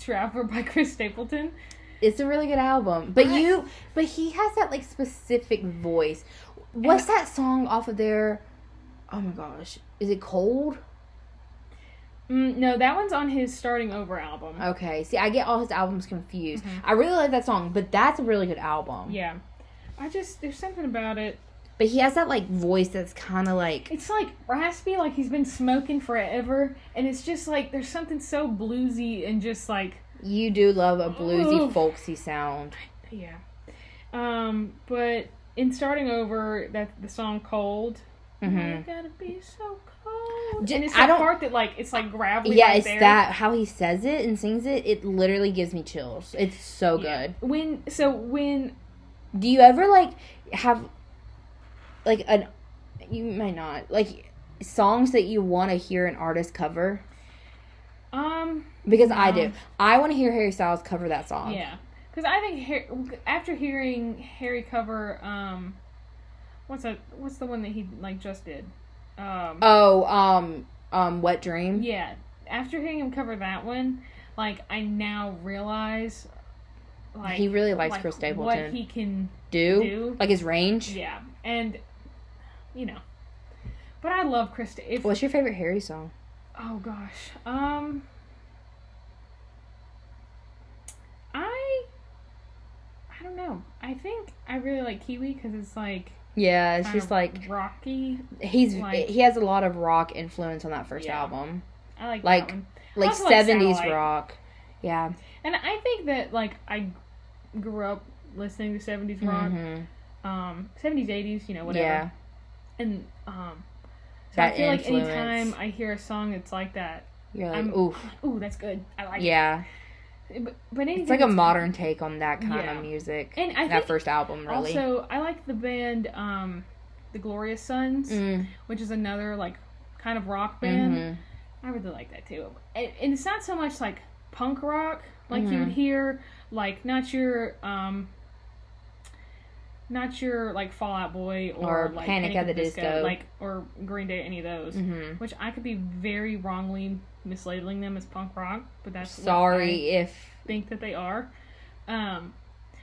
S2: Traveler by Chris Stapleton.
S1: It's a really good album, but
S2: I-
S1: you, but he has that like specific voice. What's that song off of there? Oh my gosh, is it Cold?
S2: Mm, no, that one's on his Starting Over album.
S1: Okay, see, I get all his albums confused. I really like that song, but that's a really good album.
S2: Mm-hmm. Yeah. I just there's something about it.
S1: But he has that like voice that's kind of like
S2: It's like raspy, like he's been smoking forever, and it's just like there's something so bluesy and just like
S1: you do love a bluesy,
S2: Ooh.
S1: folksy sound.
S2: yeah. Um, but in starting over, that the song "Cold,"
S1: hmm
S2: you gotta be so cold.
S1: J-
S2: and it's
S1: I
S2: the
S1: don't-
S2: part that like it's like gravelly.
S1: Yeah,
S2: right
S1: it's
S2: there.
S1: that how he says it and sings it. It literally gives me chills. It's so
S2: Yeah.
S1: good.
S2: When so when
S1: Do you ever like have like an you might not like songs that you want to hear an artist cover
S2: um
S1: because I
S2: No.
S1: do. I want to hear Harry Styles cover that song.
S2: yeah because I think Har- after hearing Harry cover um what's that what's the one that he like just did um
S1: Oh, um, um, Wet Dream.
S2: Yeah, after hearing him cover that one, like I now realize, like
S1: he really likes
S2: like,
S1: Chris
S2: What
S1: Stapleton.
S2: he can
S1: do,
S2: do,
S1: like his range.
S2: yeah, and you know, but I love Chris. Sta- If,
S1: What's your favorite Harry song?
S2: oh gosh, um, I, I don't know. I think I really like Kiwi because it's like
S1: Yeah, it's
S2: kinda
S1: just like
S2: rocky.
S1: he's
S2: Um, like-
S1: he has a lot of rock influence on that first
S2: Yeah.
S1: album,
S2: I like
S1: like-
S2: that one.
S1: like
S2: also like
S1: seventies
S2: Satellite.
S1: rock. Yeah,
S2: And I think that like I grew up listening to 70s rock,
S1: Mhm.
S2: um 70s, 80s, you know, whatever.
S1: yeah,
S2: And um so
S1: That
S2: I feel
S1: influence.
S2: like anytime I hear a song that's like that,
S1: you're like
S2: I'm-
S1: oof,
S2: ooh, that's good. I like
S1: yeah.
S2: it. But, but anything
S1: It's like a
S2: that's-
S1: modern take on that kind
S2: Yeah.
S1: of music.
S2: And I
S1: that
S2: think
S1: first album, really.
S2: also I like the band um The Glorious Sons,
S1: Mm,
S2: which is another like kind of rock band.
S1: mhm.
S2: I really like that too. And, and it's not so much like punk
S1: Mm-hmm.
S2: rock like you
S1: Mhm.
S2: would hear, like not your um not your like Fallout Boy or,
S1: Or
S2: like
S1: Panic at the Disco.
S2: like or Green Day, any of those.
S1: hmm
S2: Which I could be very wrongly mislabeling them as punk rock, but that's what
S1: Sorry if
S2: I think that they are. Um,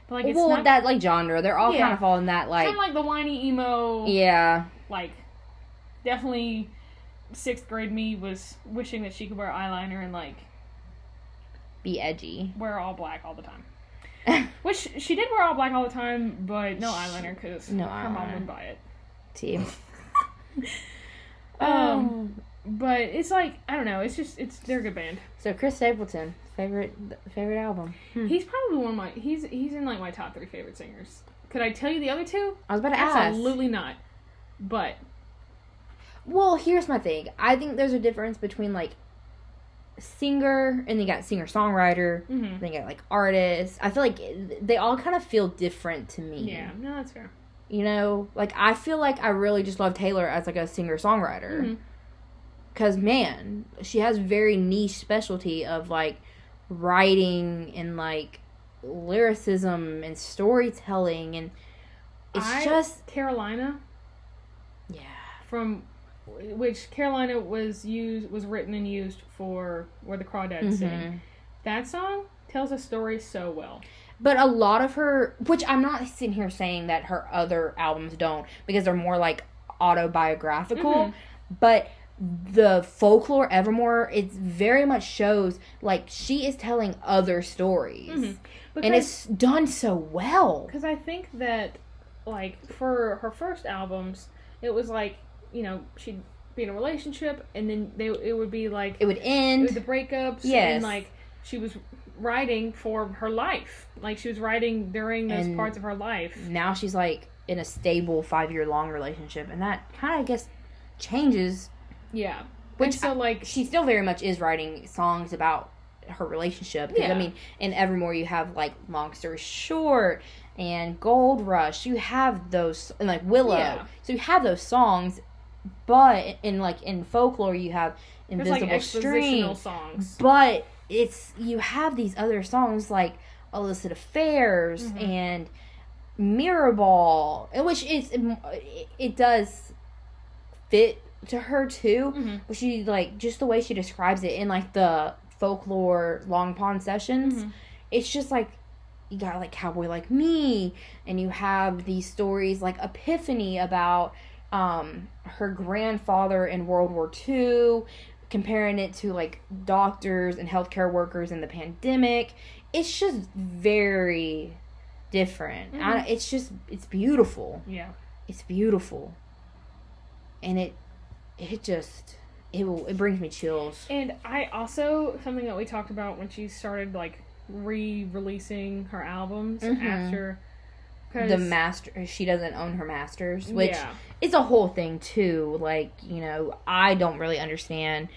S2: but like it's
S1: well
S2: not
S1: that like genre. They're all
S2: Yeah.
S1: kind of falling that like
S2: kind of like the whiny emo.
S1: yeah
S2: Like definitely sixth grade me was wishing that she could wear eyeliner and like
S1: be edgy.
S2: wear all black all the
S1: *laughs*
S2: time. Which she did wear all black all the time, but no eyeliner because
S1: No
S2: her mom
S1: eyeliner.
S2: wouldn't buy it.
S1: Team.
S2: *laughs* Um, But it's like I don't know. It's just it's they're a good band.
S1: so Chris Stapleton favorite favorite album. Hmm.
S2: He's probably one of my he's he's in like my top three favorite singers. Could I tell you the other two?
S1: I was about to ask.
S2: Absolutely not. But
S1: Well, here's my thing. I think there's a difference between like singer and they got singer songwriter.
S2: mhm.
S1: They got like artists. I feel like they all kind of feel different to me.
S2: yeah, no, that's fair.
S1: You know, like I feel like I really just love Taylor as like a singer songwriter.
S2: Mhm.
S1: Cause man, she has very niche specialty of like writing and like lyricism and storytelling and it's
S2: I-
S1: just
S2: Carolina
S1: yeah
S2: from which Carolina was used was written and used for where the crawdads sing.
S1: Mhm.
S2: That song tells a story so well.
S1: But a lot of her, which I'm not sitting here saying that her other albums don't, because they're more like autobiographical.
S2: Mhm.
S1: But the folklore Evermore, it very much shows like she is telling other stories,
S2: Mhm.
S1: and it's done so well.
S2: Because I think that, like, for her first albums, it was like, you know, she'd be in a relationship, and then they it would be like
S1: It would
S2: it was the
S1: end.
S2: breakups,
S1: Yes.
S2: and like she was writing for her life, like she was writing during those
S1: And- Mm.
S2: parts of her life.
S1: Now she's like in a stable five year long relationship, and that kind of I guess changes.
S2: Yeah,
S1: Which
S2: which so like
S1: She still very much is writing songs about her relationship. 'Cause,
S2: Yeah.
S1: I mean, in Evermore you have like Long Story Short and Gold Rush. You have those and like Willow.
S2: Yeah.
S1: So you have those songs, but in like in folklore you have
S2: there's like
S1: Invisible String.
S2: expositional songs.
S1: But it's you have these other songs like Illicit Affairs
S2: Mhm.
S1: and Mirror Ball, and which is it, it does fit to her too.
S2: Mhm.
S1: But she like just the way she describes it in like the folklore Long Pond sessions.
S2: Mhm.
S1: It's just like you got like cowboy like me, and you have these stories like Epiphany about um her grandfather in World War II, comparing it to like doctors and healthcare workers in the pandemic. It's just very different. I, it's just it's beautiful.
S2: Yeah,
S1: It's beautiful, and it it just it will it brings me chills.
S2: and I also something that we talked about when she started like re-releasing her albums
S1: Mhm.
S2: after. 'cause-
S1: The master she doesn't own her masters, which
S2: yeah.
S1: it's a whole thing too. Like, you know, I don't really understand.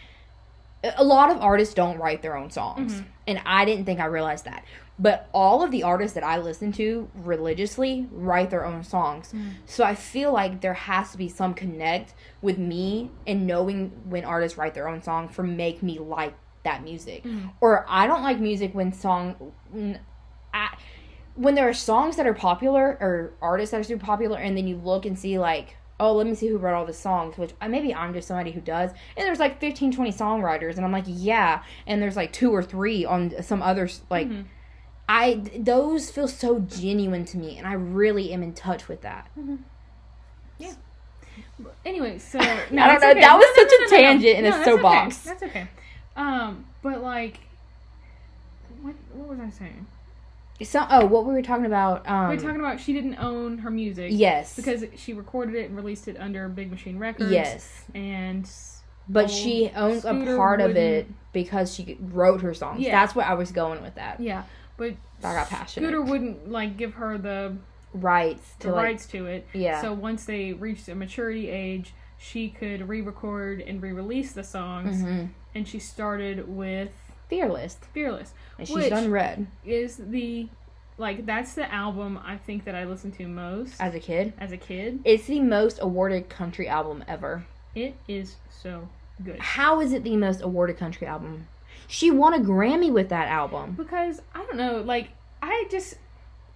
S1: A lot of artists don't write their own songs.
S2: Mhm.
S1: And I didn't think I realized that. But all of the artists that I listen to religiously write their own songs.
S2: Mm.
S1: So I feel like there has to be some connect with me and knowing when artists write their own song for make me like that music.
S2: Mhm.
S1: Or I don't like music when song n- I, when there are songs that are popular or artists that are super popular and then you look and see like oh let me see who wrote all the songs which I, maybe i'm just somebody who does and there's like 15 20 songwriters and i'm like yeah and there's like two or three on some others like
S2: Mhm.
S1: i those feel so genuine to me and i really am in touch with that *laughs*
S2: Anyway, so
S1: I don't
S2: it's
S1: know, that was such a tangent in a
S2: that's
S1: soapbox.
S2: Okay. That's okay. Um, but like, what what was I saying?
S1: so oh what we were talking about um
S2: we were talking about she didn't own her music.
S1: yes
S2: Because she recorded it and released it under Big Machine Records.
S1: yes
S2: And
S1: but
S2: old
S1: she owns a
S2: Oh, Scooter
S1: part of it
S2: wouldn't-
S1: because she wrote her songs
S2: Yeah.
S1: that's where i was going with that
S2: yeah, but
S1: I got passionate.
S2: Scooter wouldn't like give her the,
S1: rights to
S2: the
S1: like
S2: rights to it.
S1: yeah
S2: So once they reached a maturity age, she could re-record and re-release the songs,
S1: hmm
S2: and she started with
S1: fearless
S2: Fearless.
S1: and she's
S2: Which-
S1: done red
S2: is the like that's the album I think that I listened to most
S1: as a kid
S2: as a kid.
S1: It's the most awarded country album ever.
S2: It is so good
S1: How is it the most awarded country album? She won a Grammy with that album.
S2: because I don't know, like I just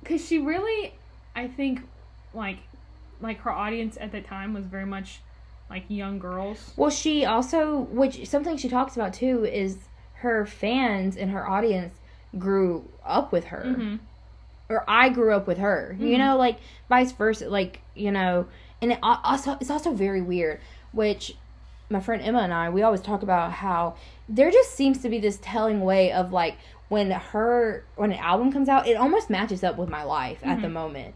S2: because she really I think like like her audience at that time was very much like young girls.
S1: Well, she also, which something she talks about too, is her fans and her audience grew up with her,
S2: Mhm.
S1: or I grew up with her. You
S2: Mhm.
S1: know, like vice versa. Like you know, and it al- also it's also very weird. Which my friend Emma and I we always talk about how there just seems to be this telling way of like when her when an album comes out, it almost matches up with my life at
S2: Mm-hmm.
S1: the moment.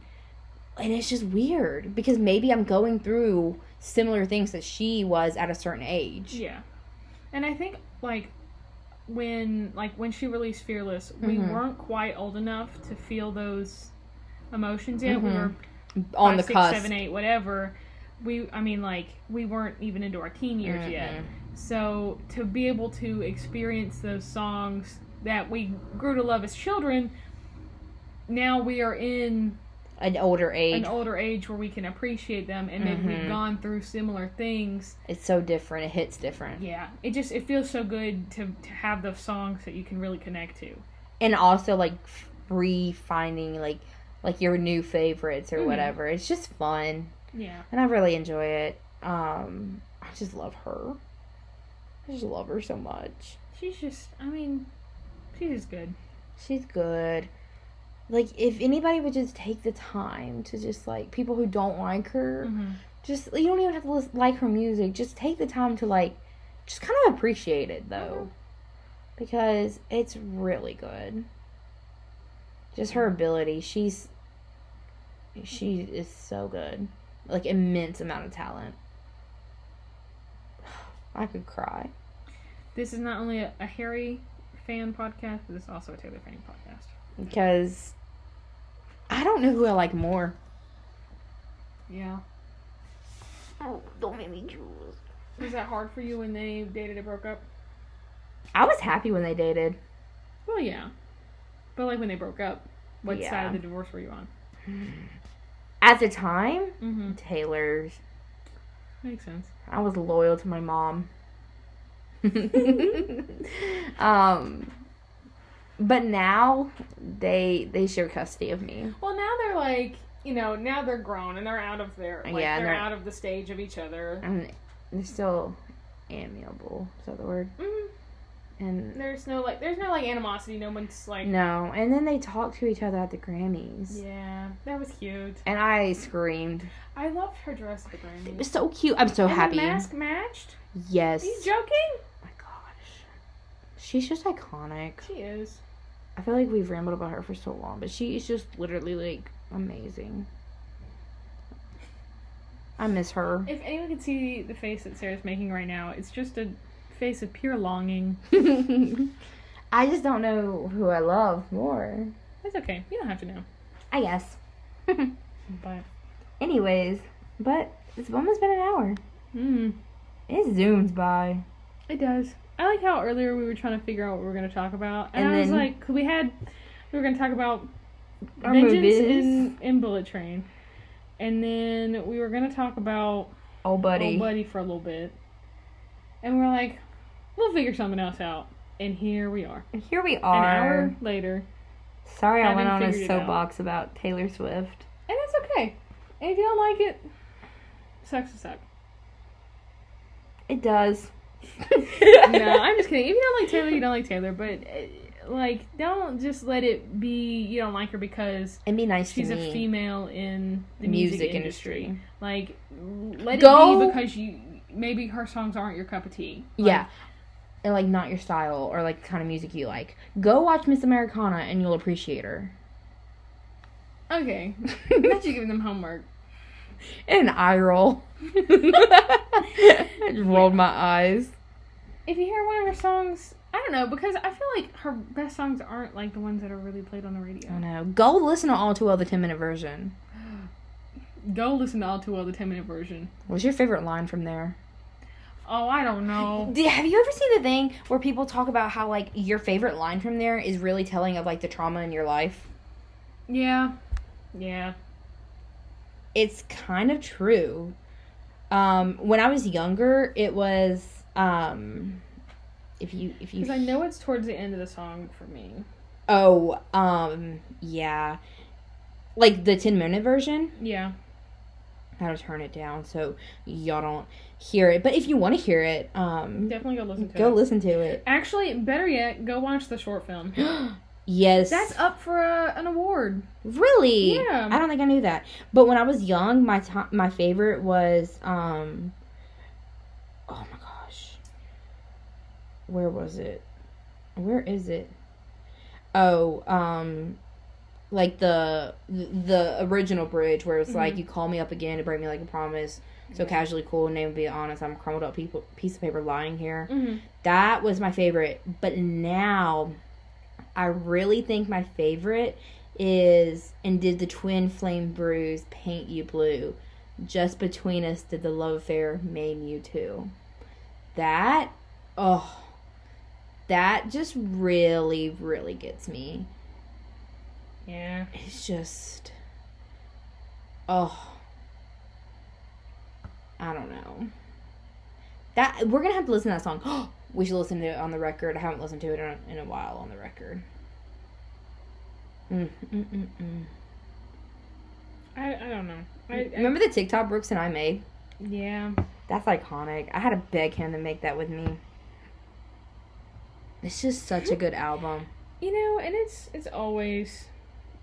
S1: And it's just weird because maybe I'm going through similar things that she was at a certain age.
S2: Yeah. And I think like when like when she released Fearless, we
S1: Mhm.
S2: weren't quite old enough to feel those emotions yet. We
S1: Mhm.
S2: were
S1: on
S2: five,
S1: the
S2: six,
S1: cusp.
S2: seven, eight, whatever. We I mean like we weren't even into our teen years yet.
S1: Mhm.
S2: So to be able to experience those songs that we grew to love as children, now we are in
S1: An older age.
S2: an older age where we can appreciate them and maybe
S1: Mhm.
S2: we've gone through similar things
S1: it's so different. It hits different.
S2: yeah it just it feels so good to to have those songs that you can really connect to
S1: And also like f- re-finding like like your new favorites or
S2: Mhm.
S1: whatever. It's just fun,
S2: yeah
S1: and I really enjoy it. Um, I just love her. I just love her so much.
S2: she's just i mean she's just good
S1: She's good. Like if anybody would just take the time to just like people who don't like her,
S2: hmm
S1: just you don't even have to lis- like her music. Just take the time to like, just kind of appreciate it though, Mm-hmm. because it's really good. Just her ability, she's she is so good, like immense amount of talent. *sighs* I could cry.
S2: this is not only a, a harry fan podcast but it's also a taylor fan podcast
S1: because I don't know who I like more.
S2: yeah
S1: Oh, don't make me choose.
S2: was that hard for you when they dated and broke up
S1: I was happy when they dated.
S2: well yeah but like when they broke up what
S1: Yeah.
S2: side of the divorce were you on
S1: At the time,
S2: mm-hmm
S1: Taylor's
S2: makes sense
S1: I was loyal to my mom. *laughs* um, but now they they share custody of me.
S2: Well, now they're like, you know, now they're grown and they're out of their, like,
S1: Yeah,
S2: they're,
S1: they're-
S2: out of the stage of each other.
S1: And they're still amiable. Is that the word?
S2: Mm,
S1: And
S2: there's no like, there's no like animosity. No one's like,
S1: no, and then they talk to each other at the Grammys.
S2: yeah, that was cute.
S1: And I screamed.
S2: I loved her dress at the
S1: It
S2: Grammys.
S1: was so cute. I'm so
S2: and
S1: happy.
S2: The mask matched.
S1: Yes.
S2: Are you joking?
S1: Oh my gosh. She's just iconic.
S2: She is.
S1: I feel like we've rambled about her for so long, but she is just literally like amazing. I miss
S2: *laughs*
S1: her.
S2: If anyone could see the face that Sarah's making right now, it's just a face of pure longing.
S1: I just don't know who I love more.
S2: That's okay. You don't have to know.
S1: I guess. *laughs*
S2: But
S1: Anyways, but it's almost been an hour.
S2: mm,
S1: It zooms by.
S2: It does. I like how earlier we were trying to figure out what we were going to talk about, and,
S1: And
S2: I was
S1: then-
S2: like, 'cause we had we were going to talk about
S1: Our
S2: Vengeance
S1: movies.
S2: and, and Bullet Train, and then we were going to talk about
S1: oh, buddy.
S2: Old Buddy for a little bit, and we are like, we'll figure something else out, and here we are,
S1: And Here we
S2: an
S1: are.
S2: hour later,
S1: Sorry, I
S2: Haven't
S1: went on a
S2: figured it out.
S1: soapbox about Taylor Swift.
S2: and that's okay. And if you don't like it, sucks
S1: *laughs*
S2: to suck.
S1: It
S2: *laughs*
S1: does.
S2: no, I'm just kidding. If you don't like Taylor, you don't like Taylor, but. uh, Like, don't just let it be you don't like her because
S1: And be nice
S2: she's
S1: to
S2: a
S1: me.
S2: female in the music,
S1: Music
S2: industry.
S1: industry.
S2: Like, let
S1: Go-
S2: it be because you maybe her songs aren't your cup of tea. Like,
S1: yeah. And like not your style or like the kind of music you like. Go watch Miss Americana and you'll appreciate her. *laughs*
S2: Okay. Not you
S1: and
S2: giving them homework.
S1: an eye roll. *laughs* I just rolled my eyes.
S2: If you hear one of her songs, I don't know because I feel like her best songs aren't like the ones that are really played on the radio.
S1: I know. Go listen to All Too Well, the 10 minute version.
S2: Go listen to All Too Well, the ten minute version.
S1: What's your favorite line from there?
S2: Oh, I don't know.
S1: Did, have you ever seen the thing where people talk about how like your favorite line from there is really telling of like the trauma in your life?
S2: *laughs* Yeah, yeah.
S1: It's kind of true. Um, when I was younger, it was um, if you if you
S2: Because I know it's towards the end of the song for me.
S1: Oh, um, yeah. Like the 10 minute version?
S2: Yeah,
S1: how to turn it down so y'all don't hear it. But if you want to hear it, um,
S2: Definitely go listen to
S1: go
S2: it.
S1: listen to it. *gasps*
S2: Actually, better yet, go watch the short film.
S1: yes,
S2: That's up for a, an award.
S1: really.
S2: Yeah.
S1: I don't think I knew that. But when I was young, my to- my favorite was um Oh my gosh. Where was it? Where is it? Oh, um like the the original bridge where it's like you call me up again to break me like a promise. So
S2: Mm-hmm. Yeah.
S1: casually cool, name be honest. I'm a crumbled up people, piece of paper lying here. *laughs*
S2: Mm-hmm.
S1: That was my favorite. But now I really think my favorite is and did the twin flame bruise paint you blue. Just between us did the love affair maim you too. That oh that just really, really gets me.
S2: Yeah.
S1: It's just oh I don't know. That we're gonna have to listen to that song. *gasps* we should listen to it on the record. I haven't listened to it in a, in a while on the record. Mm, mm, mm, mm.
S2: I, I don't know. I, I,
S1: Remember the TikTok Brooks and I made?
S2: yeah.
S1: That's iconic. I had to beg him to make that with me. It's just such a good album.
S2: You know, and it's it's always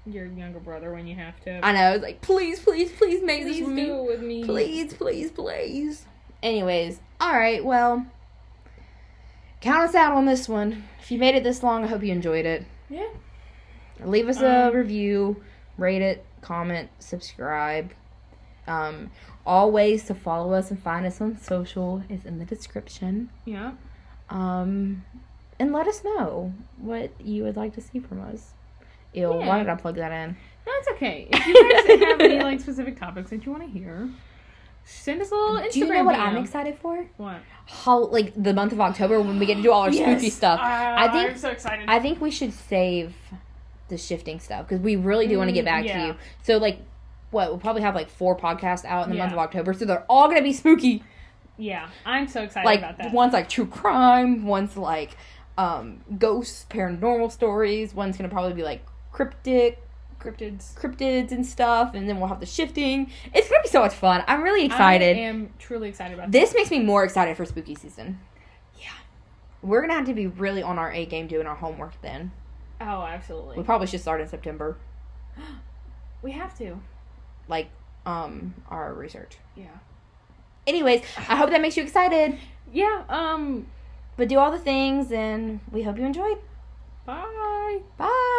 S2: your younger brother when you have to.
S1: I know. I was like, please, please, please make
S2: Please
S1: this
S2: do
S1: with me.
S2: it with me.
S1: Please, please, please. Anyways, all right, well, count us out on this one. If you made it this long, I hope you enjoyed it.
S2: Yeah.
S1: Leave us a
S2: Um,
S1: review, rate it, comment, subscribe. Um, all ways to follow us and find us on social is in the description.
S2: Yeah.
S1: Um, and let us know what you would like to see from us. Ew, why
S2: Yeah.
S1: did I plug that in?
S2: No, it's okay. If you
S1: *laughs*
S2: guys have any like specific topics that you want to hear, send us a little Instagram.
S1: Do you know what
S2: DM.
S1: I'm excited for?
S2: What?
S1: How like the month of October when we get to do all our spooky stuff. I think-
S2: Uh, I'm so excited.
S1: I think we should save the shifting stuff because we really do want to get
S2: Mm,
S1: back to
S2: yeah.
S1: you. So like, what we'll probably have like four podcasts out in the month
S2: Yeah.
S1: of October, so they're all gonna be spooky.
S2: yeah, I'm so excited about
S1: Like
S2: that.
S1: one's like true crime, one's like um ghosts, paranormal stories. One's gonna probably be like cryptic
S2: Cryptids.
S1: cryptids and stuff, and then we'll have the shifting. It's gonna be so much fun. I'm really excited.
S2: I am truly excited about
S1: this makes me more excited for spooky season.
S2: Yeah.
S1: We're gonna have to be really on our A game doing our homework then.
S2: that. Oh, absolutely.
S1: We probably should start in September.
S2: we have to.
S1: like um our research.
S2: Yeah.
S1: Anyways, I hope that makes you excited.
S2: Yeah. Um.
S1: But do all the things and we hope you enjoyed.
S2: Bye.
S1: Bye.